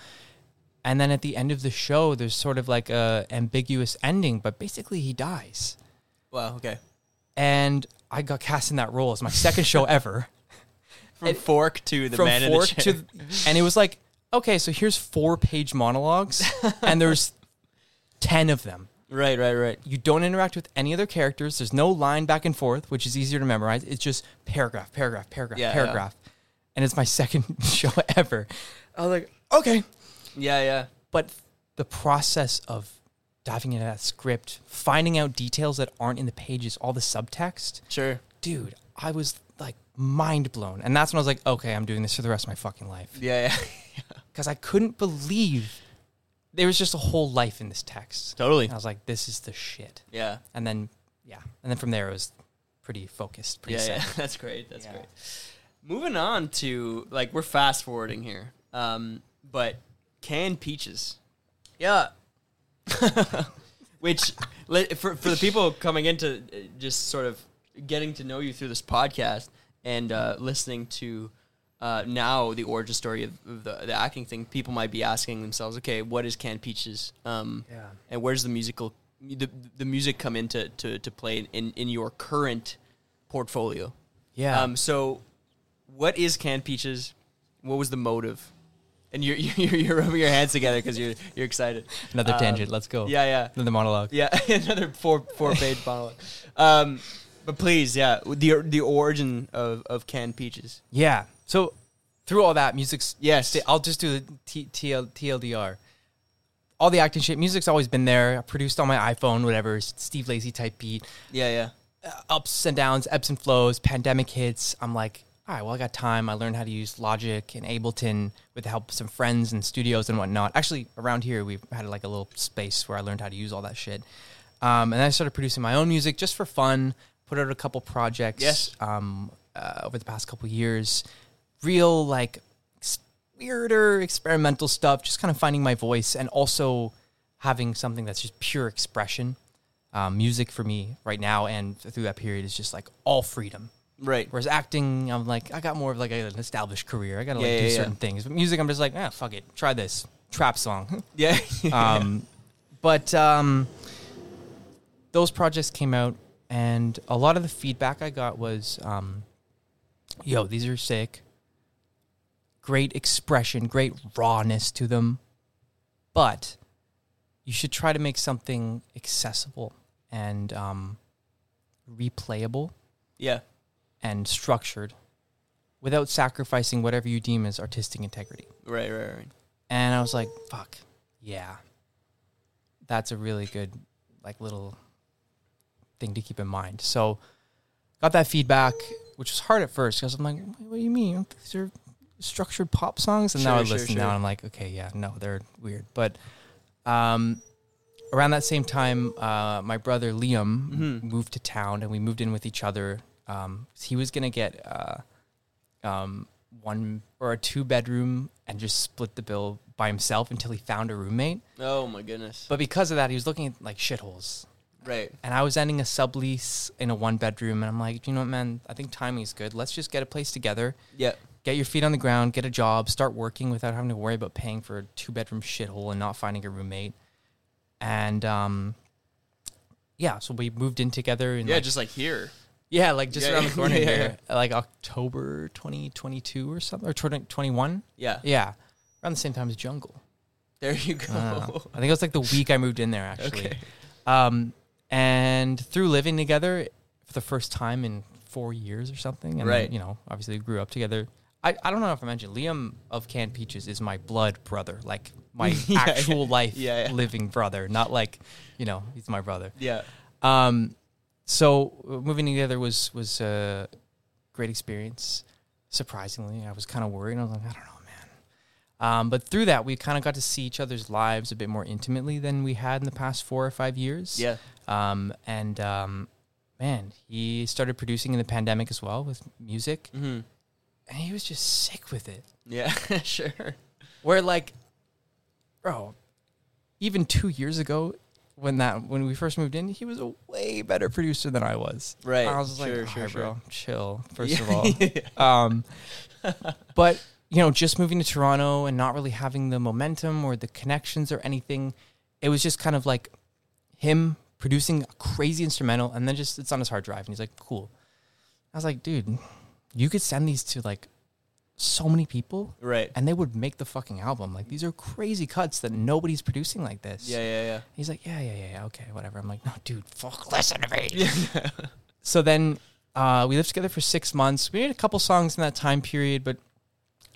and then at the end of the show, there's sort of like a ambiguous ending, but basically he dies,
Wow. Okay.
and I got cast in that role as my second show ever,
From fork to the
from
man
fork
in the chair.
to, and it was like, okay, so here's four page monologues, and there's ten of them.
right, right, right.
you don't interact with any other characters. There's no line back and forth, which is easier to memorize. It's just paragraph, paragraph, paragraph,
Yeah, yeah.
paragraph. And it's my second show ever. I was like, okay.
Yeah, yeah.
But the process of diving into that script, finding out details that aren't in the pages, all the subtext,
Sure.
dude, I was like mind blown. And that's when I was like, okay, I'm doing this for the rest of my fucking life.
Yeah, yeah.
Because I couldn't believe there was just a whole life in this text.
totally.
And I was like, this is the shit
Yeah.
and then yeah, and then from there it was pretty focused, pretty
Yeah,
set.
yeah. That's great. That's
Yeah.
great. Moving on to like we're fast forwarding here. Um, but canned peaches. Yeah. Which li- for for the people coming into uh, just sort of getting to know you through this podcast and uh, listening to uh, now the origin story of, of the, the acting thing, people might be asking themselves, okay, what is canned peaches? Um,
Yeah.
and where's the musical the, the music come into to, to play in, in your current portfolio
Yeah.
um so what is canned peaches what was the motive and you're you're, you're rubbing your hands together because you're you're excited
Another
Um,
tangent. Let's go.
yeah yeah
Another monologue.
yeah another four four page monologue um but please yeah the the origin of of canned peaches
Yeah. So through all that music's
Yes.
i I'll just do the T- TL- TLDR. All the acting shit, music's always been there. I produced on my iPhone, whatever. Steve Lacy type beat.
yeah yeah
uh, ups and downs, ebbs and flows, pandemic hits. I'm like, all right, well, I got time. I learned how to use Logic and Ableton with the help of some friends and studios and whatnot. Actually, around here, we had like a little space where I learned how to use all that shit. Um, and then I started producing my own music just for fun, put out a couple projects
Yes.
um, uh, over the past couple years. Real, like, ex- weirder experimental stuff, just kind of finding my voice and also having something that's just pure expression um, music for me right now and through that period is just like all freedom.
right
Whereas acting, I'm like, I got more of like an established career. I gotta like
Yeah,
do
yeah, yeah.
certain things. But music, I'm just like, ah, fuck it, try this trap song.
yeah
um, but um, those projects came out, and a lot of the feedback I got was, um, "Yo, these are sick. Great expression, great rawness to them, but you should try to make something accessible and um, replayable."
yeah
and structured without sacrificing whatever you deem as artistic integrity.
right right right
And I was like, fuck, yeah. That's a really good like little thing to keep in mind. So got that feedback, which was hard at first because I'm like, what do you mean? These are structured pop songs? And now I
Sure, sure,
listen now
sure.
and I'm like, okay, yeah, no, they're weird. But um around that same time, uh, my brother Liam moved to town, and we moved in with each other. Um, he was gonna get uh, um, one or a two bedroom and just split the bill by himself until he found a roommate.
oh my goodness
But because of that, he was looking at like shitholes,
right
and I was ending a sublease in a one bedroom, and I'm like, you know what, man? I think timing's good. Let's just get a place together
yeah
get your feet on the ground, get a job, start working without having to worry about paying for a two bedroom shithole and not finding a roommate. And um, yeah, so we moved in together. And
yeah
like,
just like here
yeah, like just
Yeah,
around
yeah,
the corner
yeah,
here, like October 2022 or something, or 2021.
yeah
Yeah, around the same time as Jungle.
there you go
I don't know. I think it was like the week I moved in there Ah, actually.
Okay.
Um, and through living together for the first time in four years or something, and then,
Right.
you know, obviously we grew up together. I, I don't know if I mentioned Liam of Canned Peaches is my blood brother, like my
Yeah,
actual life
Yeah, yeah.
living brother, not like, you know, he's my brother.
Yeah.
Um, so uh, moving together was was a great experience. Surprisingly, I was kind of worried. I was like, I don't know, man. Um, but through that, we kind of got to see each other's lives a bit more intimately than we had in the past four or five years.
Yeah.
Um, and um, man, he started producing in the pandemic as well with music,
Mm-hmm.
and he was just sick with it.
Yeah. sure.
Where like, bro, even two years ago. When that when we first moved in, he was a way better producer than I was.
Right.
I was just
sure,
like,
sure,
"Alright,
sure.
bro, chill, first
Yeah,
of all. Um, but, you know, just moving to Toronto and not really having the momentum or the connections or anything, it was just kind of like him producing a crazy instrumental and then just it's on his hard drive. And he's like, cool. I was like, dude, you could send these to like so many people
Right.
and they would make the fucking album. Like, these are crazy cuts that nobody's producing like this.
Yeah, yeah, yeah.
He's like, yeah, yeah, yeah, yeah, okay, whatever. I'm like, no, dude, fuck, listen to me.
Yeah.
so then uh, we lived together for six months. We made a couple songs in that time period, but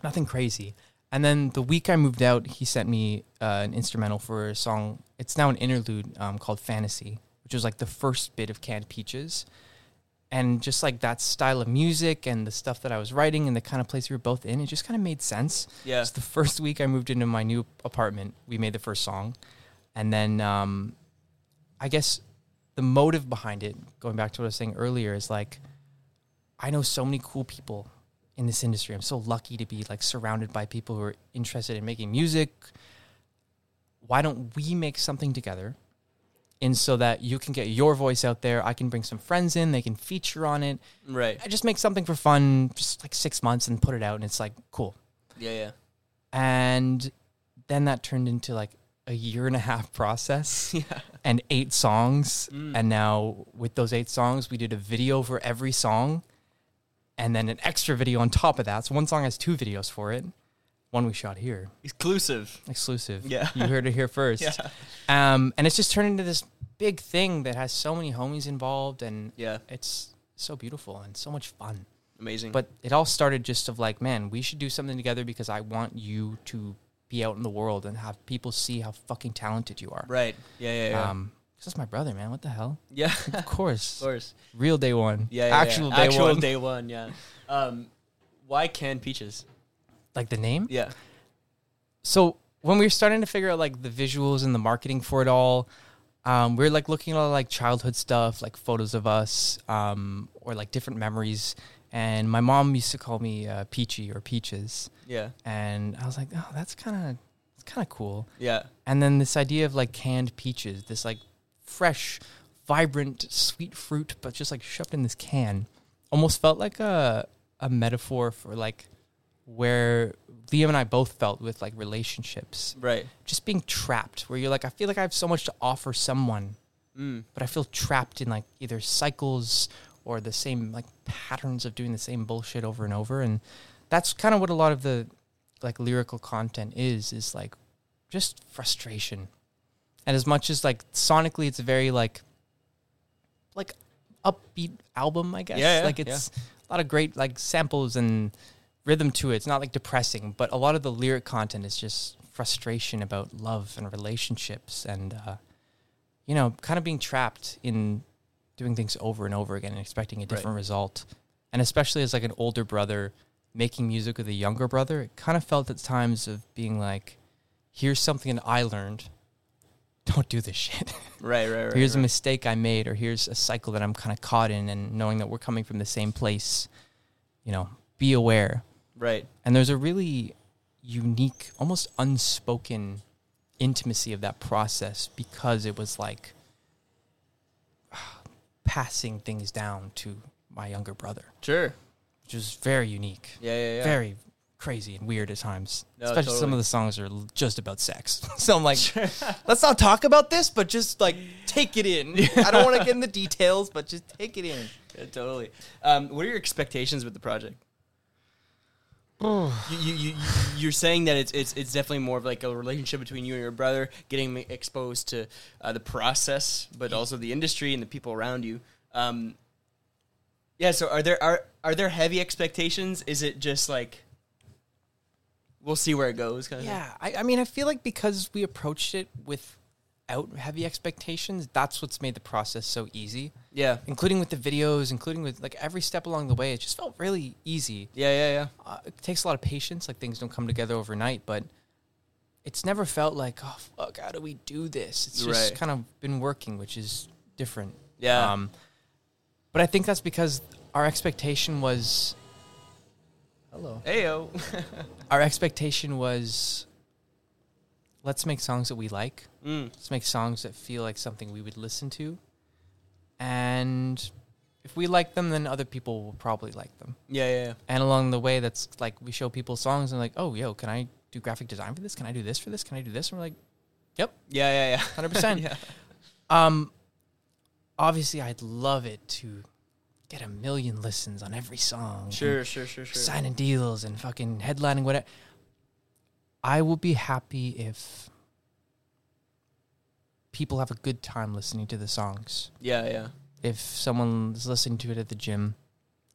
nothing crazy. And then the week I moved out, he sent me uh, an instrumental for a song. It's now an interlude um, called Fantasy, which was like the first bit of Canned Peaches. And just like that style of music and the stuff that I was writing and the kind of place we were both in, it just kind of made sense.
Yeah.
It's the first week I moved into my new apartment. We made the first song, and then um, I guess the motive behind it, going back to what I was saying earlier, is like I know so many cool people in this industry. I'm so lucky to be like surrounded by people who are interested in making music. Why don't we make something together? And so that you can get your voice out there. I can bring some friends in. They can feature on it.
Right.
I just make something for fun, just like six months and put it out. And it's like, cool
Yeah, yeah.
and then that turned into like a year and a half process
Yeah.
and eight songs
Mm.
and now with those eight songs we did a video for every song and then an extra video on top of that so one song has two videos for it one we shot here
Exclusive.
exclusive
Yeah.
you heard it here first
Yeah.
um, and it's just turned into this big thing that has so many homies involved and
Yeah.
it's so beautiful and so much fun
Amazing.
but it all started just of like, man, we should do something together because I want you to be out in the world and have people see how fucking talented you are.
right. Yeah, yeah, yeah.
Um, 'cause that's my brother, man. What the hell?
yeah.
Of
Of
course,
course.
real day one.
Yeah, yeah,
actual
yeah.
day
Actual
one.
day one, yeah. Um why canned peaches?
Like the name.
Yeah.
So when we were starting to figure out like the visuals and the marketing for it all, um, we were like looking at all like childhood stuff, like photos of us, um, or like different memories. And my mom used to call me uh, Peachy or Peaches,
Yeah.
and I was like, oh, that's kind of, it's kind of cool.
Yeah.
And then this idea of like canned peaches, this like fresh, vibrant, sweet fruit, but just like shoved in this can, almost felt like a a metaphor for like where Liam and I both felt with like relationships,
Right.
just being trapped. Where you're like, I feel like I have so much to offer someone,
Mm.
but I feel trapped in like either cycles or the same like patterns of doing the same bullshit over and over. And that's kind of what a lot of the like lyrical content is, is like just frustration. And as much as like sonically it's a very like like upbeat album, I guess.
Yeah, yeah,
like it's a lot of great like samples and rhythm to it. It's not like depressing, but a lot of the lyric content is just frustration about love and relationships and uh you know, kind of being trapped in doing things over and over again and expecting a different result. And especially as like an older brother making music with a younger brother, it kind of felt at times of being like, here's something that I learned. Don't do this shit.
Right, right, right.
here's a
right.
mistake I made, or here's a cycle that I'm kind of caught in, and knowing that we're coming from the same place, you know, be aware.
right.
And there's a really unique, almost unspoken intimacy of that process because it was like passing things down to my younger brother,
Sure.
which is very unique,
Yeah, yeah, yeah.
very crazy and weird at times.
No,
Especially some
totally.
of the songs are l- just about sex. so I'm like, let's not talk about this, but just like take it in. I don't want to get in the details, but just take it in.
Yeah, totally. Um, what are your expectations with the project? you, you, you, you're saying that it's, it's, it's definitely more of like a relationship between you and your brother, getting exposed to uh, the process, but also the industry and the people around you. Um, yeah. So are there are are there heavy expectations? Is it just like we'll see where it goes. Kind of.
Yeah, I, I mean, I feel like because we approached it without heavy expectations, that's what's made the process so easy,
Yeah.
including with the videos, including with like every step along the way. It just felt really easy.
Yeah. Yeah. Yeah.
Uh, it takes a lot of patience, like things don't come together overnight, but it's never felt like, oh, fuck, how do we do this? It's just
Right.
kind of been working, which is different.
Yeah.
Um, but I think that's because our expectation was. Hello.
Ayo.
Our expectation was let's make songs that we like.
mm.
Let's make songs that feel like something we would listen to. And if we like them, then other people will probably like them.
Yeah. Yeah. yeah.
And along the way, that's like we show people songs and like, oh, yo, can I do graphic design for this? Can I do this for this? Can I do this? And we're like,
Yeah, yeah, yeah.
100%.
yeah.
Um, obviously, I'd love it to get a million listens on every song. and
Sure, sure, sure, sure.
Signing deals and fucking headlining whatever. I will be happy if people have a good time listening to the songs.
Yeah, yeah.
If someone's listening to it at the gym,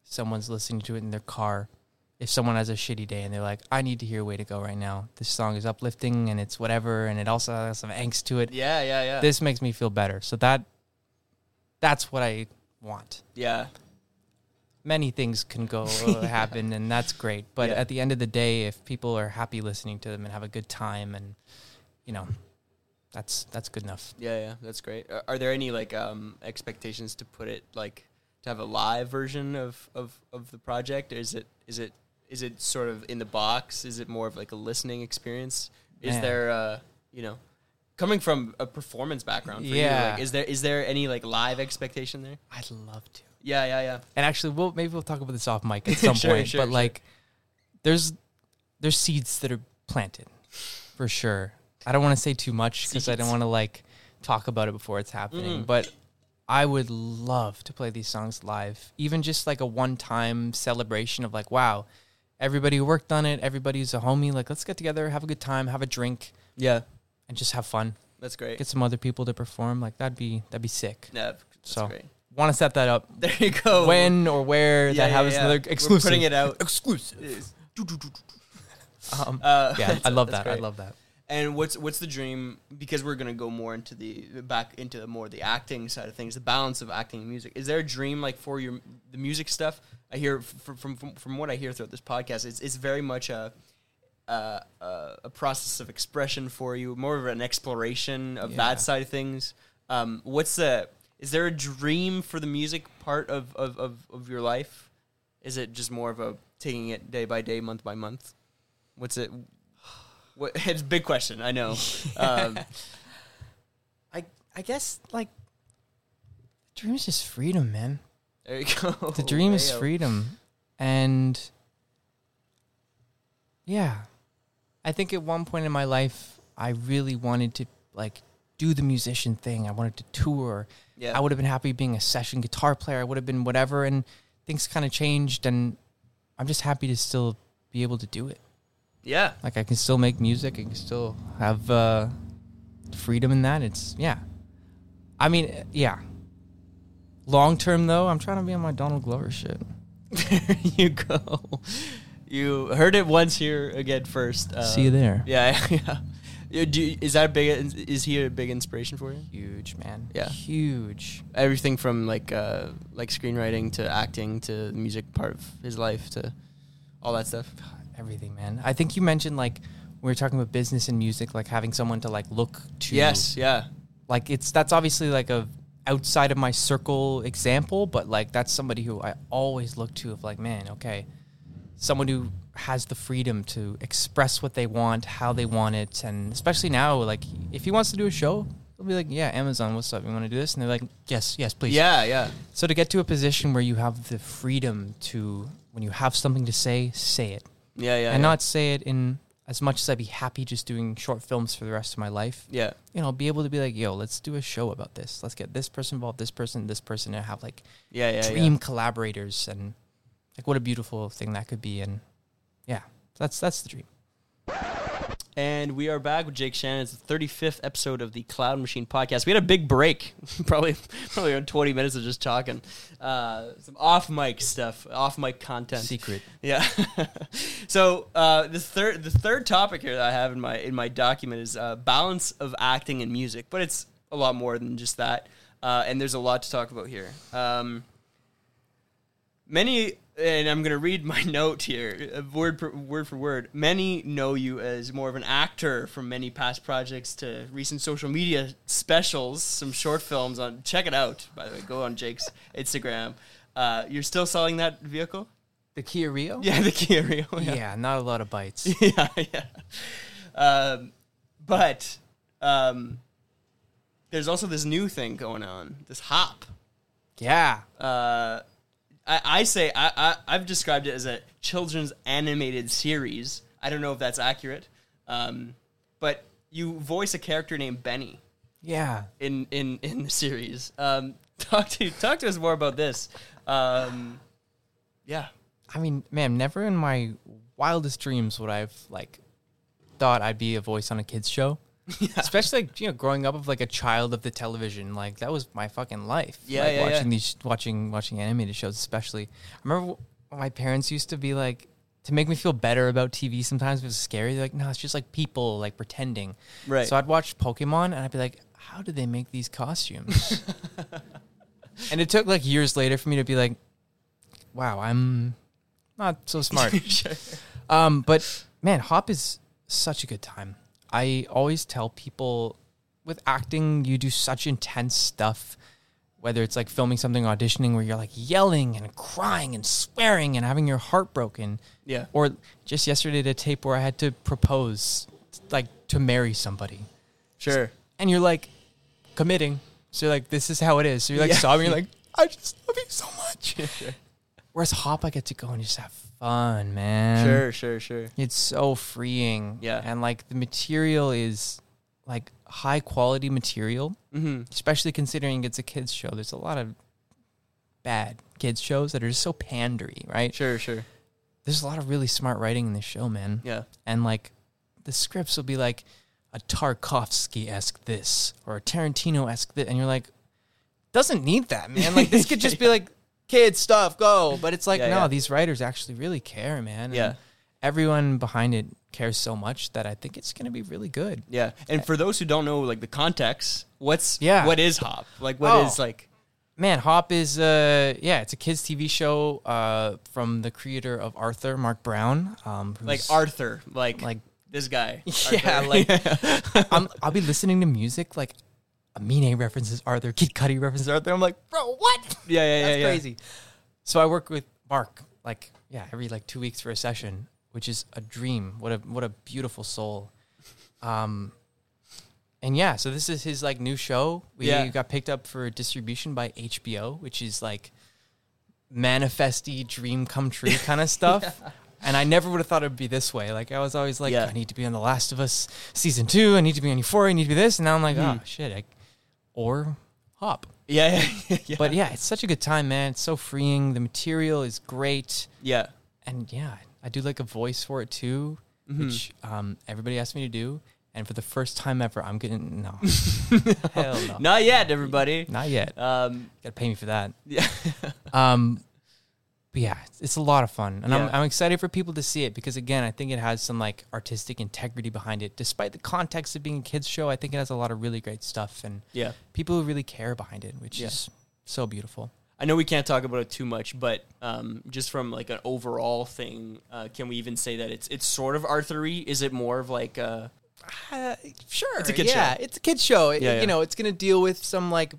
someone's listening to it in their car. If someone has a shitty day and they're like, I need to hear Way to Go right now. This song is uplifting and it's whatever and it also has some angst to it
Yeah, yeah, yeah.
this makes me feel better. So that that's what I want.
yeah.
Many things can go happen, and that's great. But
Yeah.
at the end of the day, if people are happy listening to them and have a good time, and you know, that's that's good enough.
Yeah, yeah. That's great. Are, are there any like um expectations to put it like to have a live version of of of the project? Or is it is it is it sort of in the box? Is it more of like a listening experience? Is
Man.
there uh, you know, coming from a performance background for you,
Yeah.
like is there is there any like live expectation there?
I'd love to.
Yeah, yeah, yeah.
And actually, we'll maybe we'll talk about this off mic at some
Sure,
point.
sure,
but
sure.
like, there's there's seeds that are planted for sure. I don't want to say too much because I don't
Seeds.
want to like talk about it before it's happening.
Mm.
But I would love to play these songs live, even just like a one time celebration of like, wow, everybody who worked on it, everybody's a homie. Like, let's get together, have a good time, have a drink,
Yeah.
and just have fun.
That's great.
Get some other people to perform. Like that'd be that'd be sick.
Yeah, that's
So,
great.
Want to set that up?
There you go.
When or where
Yeah,
that
Oh. yeah,
happens?
yeah.
Another
We're
exclusive.
putting it out.
Exclusive. Um,
Uh,
yeah, I love
that's
that. I
great.
love that.
And what's what's the dream? Because we're gonna go more into the back into the more the acting side of things, the balance of acting and music. Is there a dream like for your the music stuff? I hear from from from, from what I hear throughout this podcast, it's it's very much a. Uh, uh, a process of expression for you, more of an exploration of
Yeah.
that side of things. Um, what's the? Is there a dream for the music part of, of, of, of your life? Is it just more of a taking it day by day, month by month? What's it? What, it's a big question. I know. Um,
I I guess like the dream is just freedom, man.
there you go.
The dream is
Ayo.
freedom, and yeah, I think at one point in my life I really wanted to like do the musician thing. I wanted to tour.
Yeah.
I would have been happy being a session guitar player. I would have been whatever, and things kind of changed, and I'm just happy to still be able to do it.
yeah.
like I can still make music. I can still have uh, freedom in that. It's yeah. I mean, eh, yeah. Long term though, I'm trying to be on my Donald Glover shit.
There you go. You heard it once here again first. Uh,
See you there.
Yeah. Yeah. You- Do you- is that a big? Is he a big inspiration for you?
Huge man.
Yeah.
Huge.
Everything from like uh, like screenwriting to acting to the music part of his life to all that stuff.
Everything, man. I think you mentioned like we were talking about business and music, like having someone to like look to.
Yes. Yeah.
Like it's that's obviously like a outside of my circle example, but like that's somebody who I always look to of like, man, okay. someone who has the freedom to express what they want, how they want it, and especially now, like if he wants to do a show, he'll be like, "Yeah, Amazon, what's up? You want to do this?" And they're like, "Yes, yes, please."
Yeah. Yeah.
So to get to a position where you have the freedom to, when you have something to say, say it,
Yeah. Yeah.
and
yeah.
not say it in as much as I'd be happy just doing short films for the rest of my life.
Yeah.
You know, be able to be like, "Yo, let's do a show about this. Let's get this person involved, this person, this person, and have like
Yeah. Yeah. yeah.
dream collaborators and like what a beautiful thing that could be and yeah that's that's the dream
And we are back with Jake Shannon. It's the 35th episode of the Cloud Machine podcast. We had a big break, probably probably around 20 minutes of just talking, uh, some off mic stuff, off mic content.
Secret.
Yeah. so uh, the third the third topic here that I have in my in my document is uh, balance of acting and music, but it's a lot more than just that. Uh, and there's a lot to talk about here. Um, many, and I'm going to read my note here, uh, word for, word for word. Many know you as more of an actor from many past projects to recent social media specials, some short films on. Check it out, by the way. Go on Jake's Instagram. Uh, you're still selling that vehicle?
The Kia Rio?
Yeah, the Kia Rio.
Yeah, not a lot of bites.
yeah, yeah. Um, but um, there's also this new thing going on, this hop.
yeah.
Uh, I, I say I, I I've described it as a children's animated series. I don't know if that's accurate, um, but you voice a character named Benny
Yeah.
in in in the series. Um, talk to talk to us more about this. Um, yeah,
I mean, man, never in my wildest dreams would I've like thought I'd be a voice on a kids show. Especially like you know, growing up of like a child of the television, like that was my fucking life.
Yeah,
like,
yeah,
watching
yeah.
these, watching watching animated shows, especially. I remember when my parents used to be like to make me feel better about TV. Sometimes it was scary. They're like, no, it's just like people like pretending.
Right.
So I'd watch Pokemon and I'd be like, how did they make these costumes? and it took like years later for me to be like, wow, I'm not so smart.
Sure.
Um, but man, Hop is such a good time. I always tell people with acting, you do such intense stuff, whether it's like filming something, auditioning, where you're like yelling and crying and swearing and having your heart broken.
Yeah.
Or just yesterday, at a tape where I had to propose, like to marry somebody.
sure.
And you're like committing. So you're like, this is how it is. So you're like
Yeah.
sobbing, you're like, I just love you so much. Whereas Hop, I get to go and just have fun, man.
Sure, sure, sure.
It's so freeing.
Yeah.
And like the material is like high quality material,
Mm-hmm.
especially considering it's a kids show. There's a lot of bad kids shows that are just so pandery, right?
Sure, sure.
There's a lot of really smart writing in this show, man.
Yeah.
And like the scripts will be like a Tarkovsky esque this or a Tarantino esque this. And you're like, doesn't need that, man. Like this could just be like kid stuff, go. But it's like,
Yeah,
no,
yeah.
these writers actually really care, man. And
Yeah.
Everyone behind it cares so much that I think it's going to be really good.
Yeah, and for those who don't know, like the context, what's
Yeah.
what is hop? Like what is
Oh.
like
Man, Hop is uh yeah, it's a kids TV show uh from the creator of Arthur, Mark Brown. Um,
like
who's-
Arthur, like like
Like-
this guy.
Yeah,
Arthur.
like I'm, I'll be listening to music like Amine references Arthur, Kid Cudi references Arthur. I'm like, bro, what?
yeah, yeah, yeah,
That's
yeah.
crazy. So I work with Mark like yeah every like two weeks for a session, which is a dream. What a what a beautiful soul. Um, and yeah, so this is his like new show. We
Yeah.
got picked up for distribution by HBO, which is like manifesty dream come true kind of stuff. And I never would have thought it would be this way. Like I was always like,
Yeah.
I need to be on The Last of Us season two. I need to be on Euphoria. I need to be this. And now I'm like, oh
Mhm.
shit, I, or hop.
Yeah, yeah, yeah.
But yeah, it's such a good time, man. It's so freeing. The material is great,
yeah,
and yeah, I do like a voice for it too,
Mm-hmm.
which um, everybody asked me to do. And for the first time ever, I'm getting no, hell no,
not yet, everybody.
not yet.
Um,
Got to pay me for that.
yeah,
Um, but yeah, it's, it's a lot of fun, and I'm
Yeah.
I'm excited for people to see it because again, I think it has some like artistic integrity behind it. Despite the context of being a kids show, I think it has a lot of really great stuff and
yeah.
people who really care behind it, which
Yeah.
is so beautiful.
I know we can't talk about it too much, but um, just from like an overall thing, uh, can we even say that it's it's sort of Arthury? Is it more of like uh,
Uh, sure.
a kid's
yeah,
show.
it's a kid's show. It-
Yeah,
You
yeah.
know, it's going to deal with some like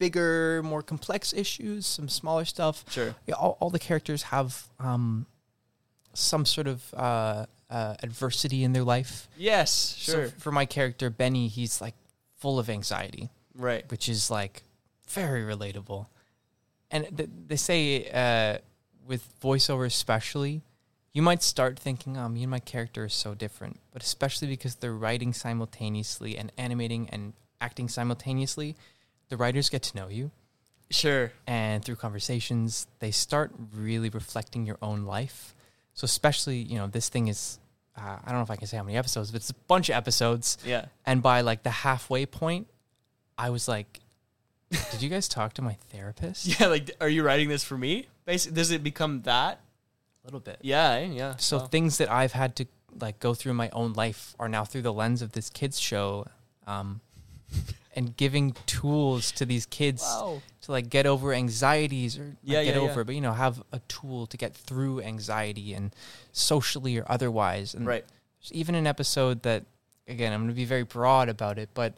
bigger, more complex issues, some smaller stuff.
sure?
Yeah, all, all the characters have um, some sort of uh, uh, adversity in their life.
Yes,
So
sure,
f- for my character Benny, he's like full of anxiety,
right.
which is like very relatable. And th- they say uh, with voiceover especially, you might start thinking, "Oh, me and my character are so different," but especially because they're writing simultaneously and animating and acting simultaneously, the writers get to know you,
Sure,
and through conversations, they start really reflecting your own life. So especially, you know, this thing is uh, I don't know if I can say how many episodes, but it's a bunch of episodes.
Yeah.
And by like the halfway point, I was like, "Did you guys talk to my therapist?"
Yeah, like, are you writing this for me? Basically, does it become that?
A little bit.
Yeah, eh? yeah.
So
Wow.
things that I've had to like go through in my own life are now through the lens of this kids show, um, and giving tools to these kids
Wow.
to like get over anxieties or not
Yeah,
get
yeah,
over,
yeah.
but you know, have a tool to get through anxiety and socially or otherwise. And
Right.
there's even an episode that, again, I'm going to be very broad about it, but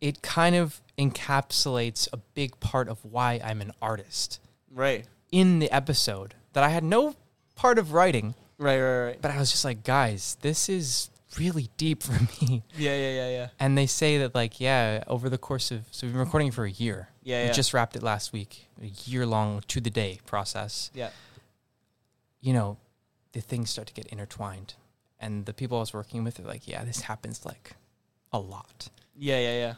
it kind of encapsulates a big part of why I'm an artist
Right.
in the episode that I had no part of writing,
Right, right, right.
but I was just like, guys, this is really deep for me.
Yeah, yeah, yeah, yeah.
And they say that, like, yeah, over the course of, so we've been recording for a year.
Yeah,
We
yeah.
just wrapped it last week, a year long to the day process.
yeah.
You know, the things start to get intertwined. And the people I was working with are like, yeah, this happens like a lot.
Yeah, yeah, yeah.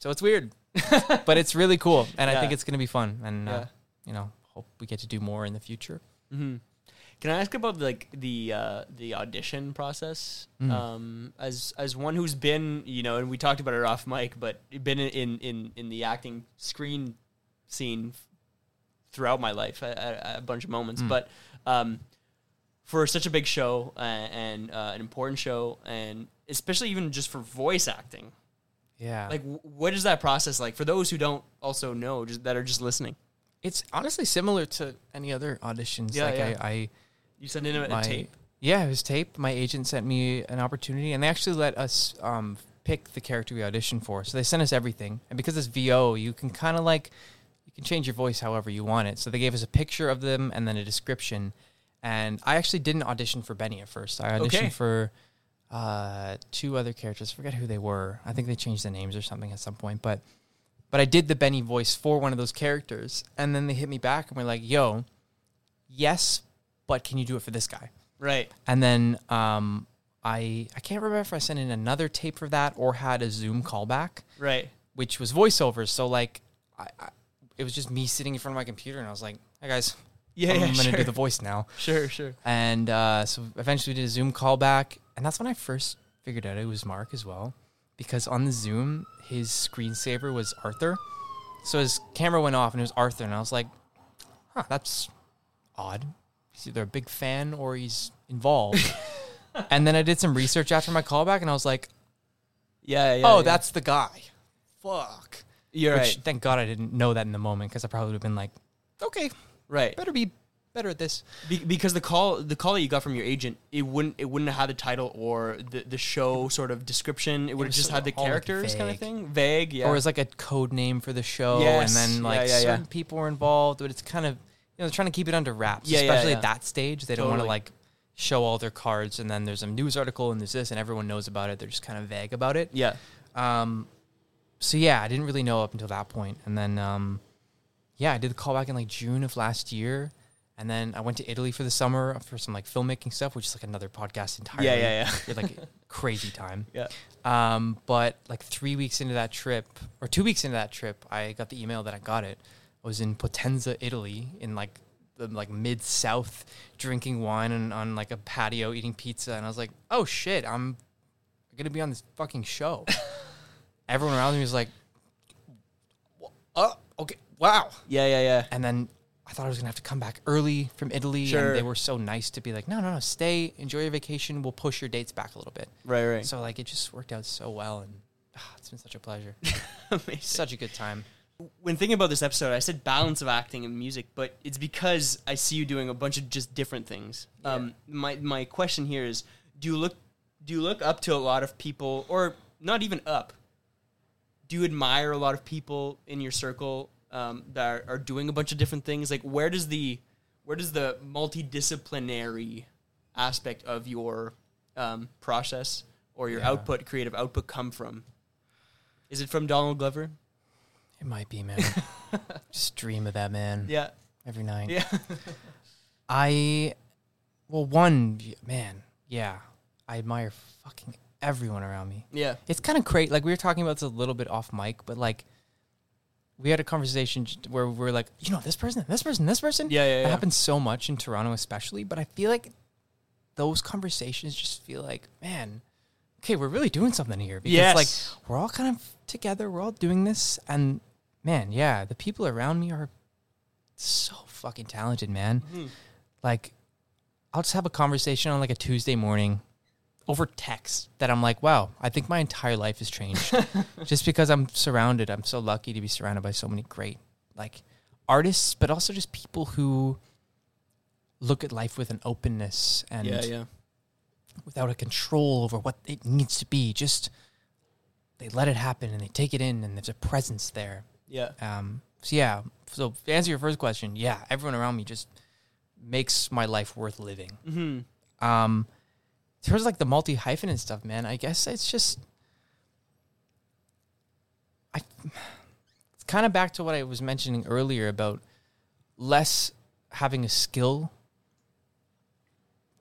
So it's weird, but it's really cool. And I
Yeah.
think it's going to be fun. And,
yeah.
uh, you know, hope we get to do more in the future.
hmm Can I ask about like the uh, the audition process?
Mhm.
Um, as as one who's been, you know, and we talked about it off mic, but been in in in the acting screen scene throughout my life at, at a bunch of moments,
Mm.
but um, for such a big show uh, and uh, an important show, and especially even just for voice acting,
Yeah.
like w- what is that process like for those who don't also know just, that are just listening?
it's honestly similar to any other auditions.
Yeah,
like,
yeah.
I, I
You send in a, a
my-
tape.
Yeah, it was tape. My agent sent me an opportunity, and they actually let us um, pick the character we auditioned for. So they sent us everything, and because it's VO, you can kind of like you can change your voice however you want it. So they gave us a picture of them and then a description. And I actually didn't audition for Benny at first. I auditioned
Okay.
for uh, two other characters. Forget who they were. I think they changed the names or something at some point, but but I did the Benny voice for one of those characters, and then they hit me back and were like, "Yo, yes, but can you do it for this guy?"
Right.
And then um, I I can't remember if I sent in another tape for that or had a Zoom callback,
Right.
which was voiceovers. So like, I, I it was just me sitting in front of my computer, and I was like, "Hey guys,
Yeah,
I'm
yeah,
gonna
sure.
do the voice now."
sure, sure.
And uh, so eventually we did a Zoom callback, and that's when I first figured out it was Mark as well, because on the Zoom his screensaver was Arthur, so his camera went off and it was Arthur, and I was like, "Huh, that's odd. He's either a big fan or he's involved." and then I did some research after my callback, and I was like,
Yeah, yeah.
"Oh,
yeah.
that's the guy." Fuck.
you're
Which,
right.
Thank God I didn't know that in the moment, because I probably would have been like, "Okay,
Right.
better be better at this."
Be- because the call the call that you got from your agent, it wouldn't it wouldn't have had the title or the, the show sort of description. It would have
was
just
sort
had
of
the
all, like,
characters kind of
vague.
thing. Vague, yeah.
or it's like a code name for the show,
Yes.
and
Yeah,
then like
yeah, yeah.
certain people were involved, but it's kind of you know they're trying to keep it under wraps,
Yeah, yeah,
especially
yeah.
at that stage. They don't want to
Totally.
like show all their cards, and then there's a news article and there's this, and everyone knows about it. They're just kind of vague about it.
yeah.
Um, so yeah, I didn't really know up until that point, and then um, yeah, I did the call back in like June of last year. And then I went to Italy for the summer for some like filmmaking stuff, which is like another podcast entirely.
Yeah, yeah, yeah.
It's like crazy time.
Yeah.
Um, but like three weeks into that trip, or two weeks into that trip, I got the email that I got it. I was in Potenza, Italy, in like the like mid South, drinking wine and on like a patio eating pizza, and I was like, oh shit, I'm gonna be on this fucking show. Everyone around me was like, oh okay, wow.
Yeah, yeah, yeah.
And then I thought I was gonna have to come back early from Italy,
Sure.
and they were so nice to be like, no, no, no, stay, enjoy your vacation. We'll push your dates back a little bit.
Right, right.
So like it just worked out so well, and ah, it's been such a pleasure,
Amazing.
such a good time.
when thinking about this episode, I said balance of acting and music, but it's because I see you doing a bunch of just different things. Um, my my question here is: Do you look do you look up to a lot of people, or not even up? Do you admire a lot of people in your circle um, that are, are doing a bunch of different things? Like, where does the where does the multidisciplinary aspect of your um, process or your
Yeah.
output, creative output, come from? Is it from Donald Glover?
It might be, man. just dream of that, man.
Yeah,
Every night.
yeah.
I, well, one man, yeah, I admire fucking everyone around me.
Yeah.
It's kind of crazy. Like we were talking about this a little bit off mic, but like we had a conversation j- where we were like, you know, this person, this person, this person.
Yeah, yeah,
It
yeah.
happens so much in Toronto, especially. But I feel like those conversations just feel like, man, okay, we're really doing something here because
Yes.
like we're all kind of together, we're all doing this, and man, yeah, the people around me are so fucking talented, man.
Mm-hmm.
Like, I'll just have a conversation on like a Tuesday morning over text that I'm like, wow, I think my entire life has changed just because I'm surrounded. I'm so lucky to be surrounded by so many great like artists, but also just people who look at life with an openness and
yeah, yeah.
without a control over what it needs to be. Just they let it happen and they take it in, and there's a presence there.
Yeah.
Um, so yeah. So to answer your first question, yeah, everyone around me just makes my life worth living.
Mm-hmm.
Um, in terms of like the multi hyphen and stuff, man, I guess it's just I it's kind of back to what I was mentioning earlier about less having a skill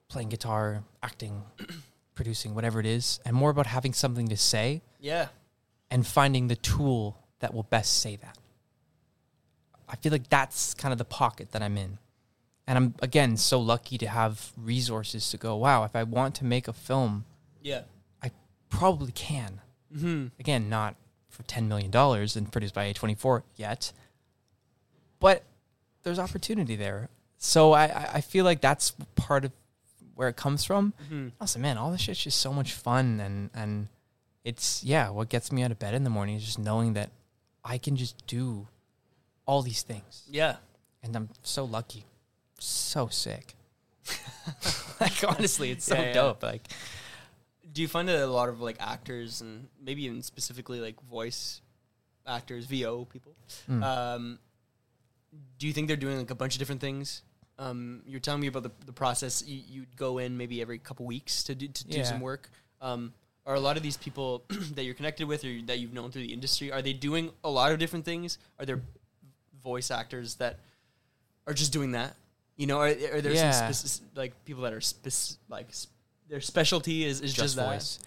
playing guitar, acting, producing, whatever it is, and more about having something to say
Yeah.
and finding the tool that will best say that. I feel like that's kind of the pocket that I'm in. And I'm, again, so lucky to have resources to go, wow, if I want to make a film,
Yeah.
I probably can.
Mm-hmm.
Again, not for $10 million and produced by A24 yet, but there's opportunity there. So I- I, I feel like that's part of where it comes from.
Mm-hmm.
Also, man, all this shit's just so much fun, and and it's yeah, what gets me out of bed in the morning is just knowing that I can just do all these things,
Yeah.
and I'm so lucky, so sick. like honestly, it's so
Yeah, yeah.
dope. Like
Do you find that a lot of like actors and maybe even specifically like voice actors, VO people,
Mm.
um, do you think they're doing like a bunch of different things? Um, you're telling me about the, the process. You, you'd go in maybe every couple weeks to do, to do
Yeah.
some work. Um, are a lot of these people that you're connected with or that you've known through the industry, are they doing a lot of different things? Are there voice actors that are just doing that? You know, are, are there
Yeah.
some speci- like people that are spec- like s their specialty is, is just, that?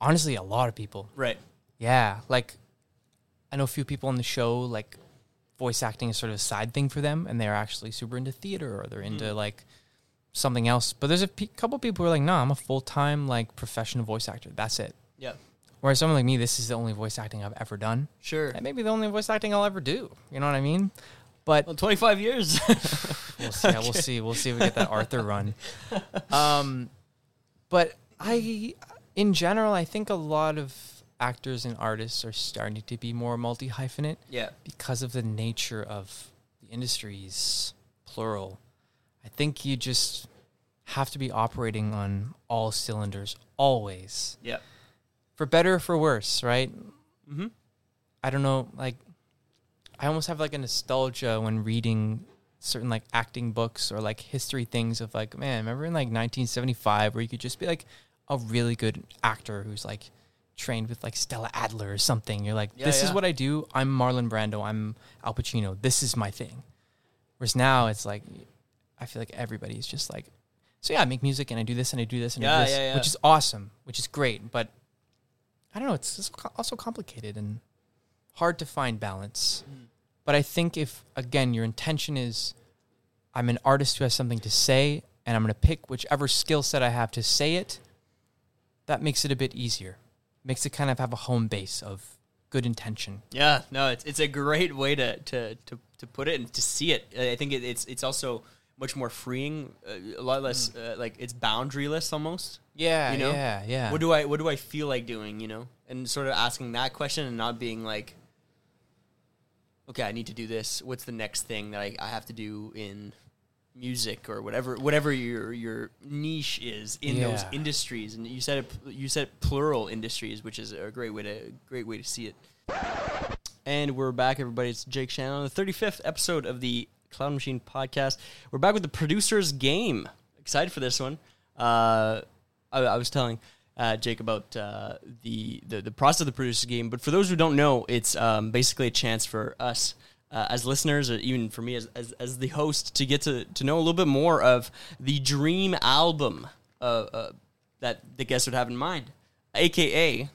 Honestly, a lot of people.
Right.
Yeah, like I know a few people on the show like voice acting is sort of a side thing for them, and they're actually super into theater or they're into like something else. But there's a pe- couple people who are like, "No, I'm a full time like professional voice actor. That's it."
Yeah.
Whereas someone like me, this is the only voice acting I've ever done,
Sure.
and maybe the only voice acting I'll ever do. You know what I mean? But
Well, 25 years.
we'll see. Yeah, we'll see. We'll see if we get that Arthur run. Um, but I, in general, I think a lot of actors and artists are starting to be more multi hyphenate
yeah.
because of the nature of the industries, plural. I think you just have to be operating on all cylinders always,
Yeah.
for better or for worse, right?
Mm-hmm.
I don't know, like I almost have like a nostalgia when reading certain like acting books or like history things of like, man, remember in like 1975 where you could just be like a really good actor who's like trained with like Stella Adler or something. You're like,
Yeah,
this is
yeah.
what I do. I'm Marlon Brando. I'm Al Pacino. This is my thing. Whereas now it's like, I feel like everybody's just like, so yeah, I make music and I do this and I do this and I
Yeah,
do this,
yeah, yeah.
which is awesome, which is great. But I don't know, it's just co- also complicated and hard to find balance. But I think if again your intention is I'm an artist who has something to say and I'm going to pick whichever skill set I have to say it, that makes it a bit easier. Makes it kind of have a home base of good intention.
Yeah, no, it's it's a great way to to to, to put it and to see it. I I think it, it's it's also much more freeing, uh, a lot less uh, like it's boundaryless almost.
Yeah,
You know?
yeah, Mm. yeah.
What do I what do I feel like doing? You know, and sort of asking that question and not being like, okay, I need to do this. What's the next thing that I, I have to do in music or whatever whatever your your niche is in those
Yeah.
industries? And you said it, you said plural industries, which is a great way to great way to see it. And we're back, everybody. It's Jake Shannon, the 35th episode of the Cloud Machine podcast. We're back with the producer's game. Excited for this one. Uh, I, I was telling uh, Jake about uh, the, the the process of the producer's game, but for those who don't know, it's um, basically a chance for us. Uh, as listeners, or even for me as, as, as the host, to get to, to know a little bit more of the dream album uh, uh, that the guests would have in mind, aka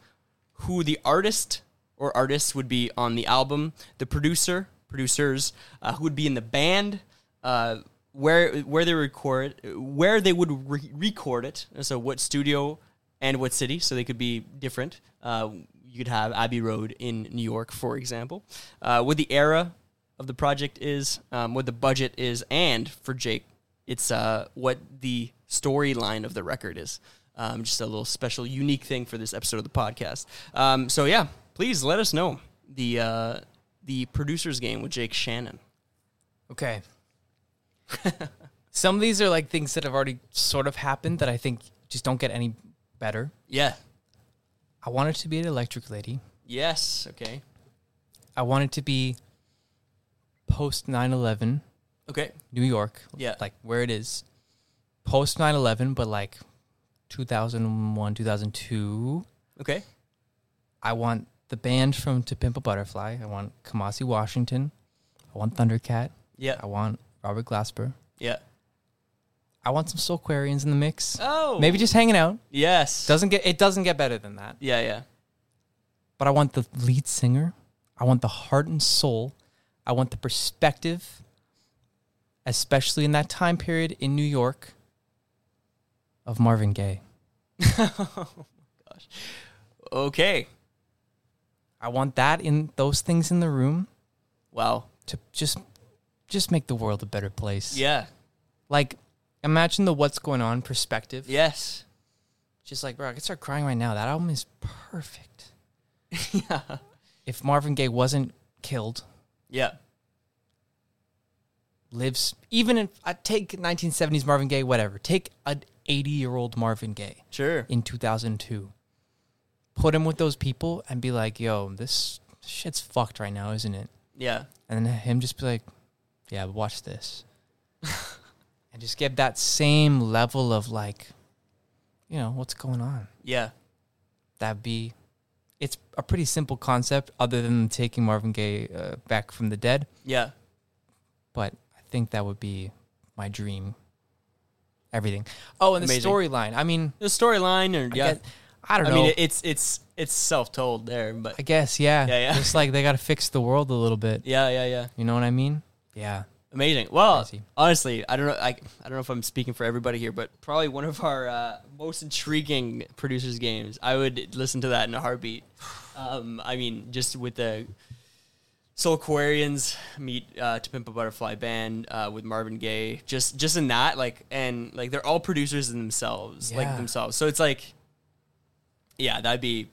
who the artist or artists would be on the album, the producer, producers, uh, who would be in the band, uh, where where they record where they would re- record it. So what studio and what city, so they could be different. Uh, you could have Abbey Road in New York, for example. Uh, what the era of the project is, um, what the budget is, and for Jake, it's uh, what the storyline of the record is. Um, just a little special, unique thing for this episode of the podcast. Um, so yeah, please let us know the uh, the producers game with Jake Shannon.
Okay. Some of these are like things that have already sort of happened that I think just don't get any better.
Yeah.
I want it to be an electric lady.
Yes. Okay.
I want it to be post 9 11
Okay.
New York.
Yeah.
Like where it is. Post 9 11, but like 2001, 2002.
Okay.
I want the band from To Pimp a Butterfly. I want Kamasi Washington. I want Thundercat.
Yeah.
I want Robert Glasper.
Yeah.
I want some Soulquarians in the mix.
Oh.
Maybe just hanging out.
Yes.
Doesn't get it doesn't get better than that.
Yeah. Yeah.
But I want the lead singer. I want the heart and soul. I want the perspective, especially in that time period in New York of Marvin Gaye.
Oh Okay.
I want that in those things in the room
Wow.
to just just make the world a better place.
Yeah.
Like imagine the what's going on perspective.
Yes.
Just like, bro, I could start crying right now. That album is perfect.
yeah.
If Marvin Gaye wasn't killed,
Yeah.
lives even in I take 1970s Marvin Gaye, whatever. Take an 80 year old Marvin Gaye
Sure.
in 2002, put him with those people, and be like, "Yo, this shit's fucked right now, isn't it?"
Yeah.
And then him just be like, "Yeah, but watch this," and just get that same level of like, you know, what's going on.
Yeah.
That'd be. It's a pretty simple concept, other than taking Marvin Gaye uh, back from the dead.
Yeah.
but I think that would be my dream. Everything. Oh, and the
Amazing.
storyline. I mean,
The storyline, or
I
yeah.
guess- I don't
I
know.
mean, it's it's it's self-told there, but
I guess, yeah.
Yeah, yeah.
It's like they got to fix the world a little bit.
yeah, yeah, yeah.
You know what I mean? Yeah.
Amazing. Well,
Crazy.
honestly, I don't know. I, I don't know if I'm speaking for everybody here, but probably one of our uh, most intriguing producers' games. I would listen to that in a heartbeat. Um, I mean, just with the Soul Aquarians meet uh, To Pimp a Butterfly band uh, with Marvin Gaye. Just just in that, like, and like they're all producers in themselves, like
Yeah.
themselves. So it's like, yeah, that'd be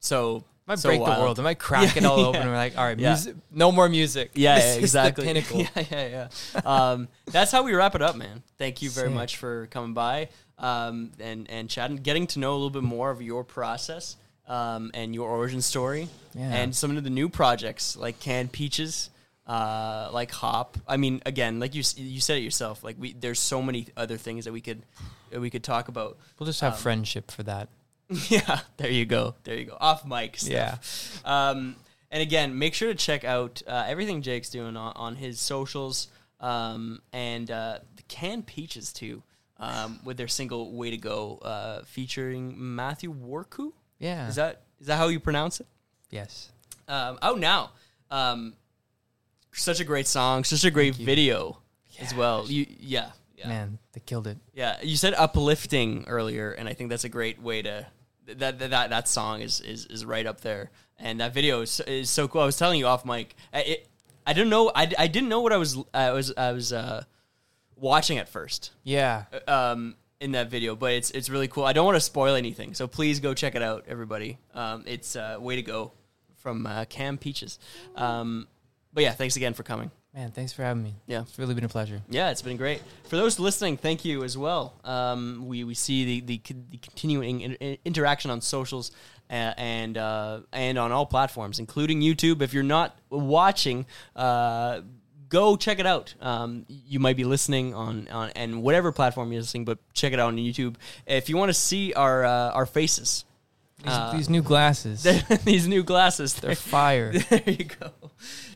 so.
I might
so
break
wild.
the world. I might crack it all
Yeah.
open. And we're like, all right,
Yeah.
music, no more music.
Yeah,
This
yeah,
is the
exactly.
pinnacle.
Yeah, yeah, yeah. Um, that's how we wrap it up, man. Thank you very
Sick.
much for coming by um, and and chatting, getting to know a little bit more of your process um, and your origin story,
Yeah.
and some of the new projects like canned peaches. Uh, like hop. I mean, again, like you s- you said it yourself. Like we, there's so many other things that we could that we could talk about.
We'll just have
Um,
friendship for that.
Yeah, there you go. There you go. Off mic stuff. Yeah. Um, and again, make sure to check out uh, everything Jake's doing on, on his socials um, and uh, the canned peaches too, um, with their single "Way to Go" uh, featuring Matthew Warku.
Yeah.
Is that is that how you pronounce it?
yes.
Um, out now. Um, such a great song. Such a great video as well. You yeah yeah.
Man, they killed it.
Yeah, you said uplifting earlier, and I think that's a great way to that that that, that song is, is is right up there, and that video is, is so cool. I was telling you off mic, I, it, I don't know, I, I didn't know what I was I was I was uh, watching at first
Yeah.
um, in that video, but it's it's really cool. I don't want to spoil anything, so please go check it out, everybody. Um, it's uh, way to go from uh, Cam Peaches, um, but yeah, thanks again for coming.
Man, thanks for having me.
Yeah.
It's really been a pleasure.
Yeah, it's been great. For those listening, thank you as well. Um, we, we see the, the, con- the continuing in, in- interaction on socials uh, and uh, and on all platforms, including YouTube. If you're not watching, uh, go check it out. Um, you might be listening on, on and whatever platform you're listening, but check it out on YouTube. If you want to see our uh, our faces,
These,
Uh,
these new glasses,
these new glasses,
they're fire.
there you go,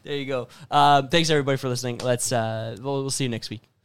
there you go. Um, thanks everybody for listening. Let's uh, we'll, we'll see you next week.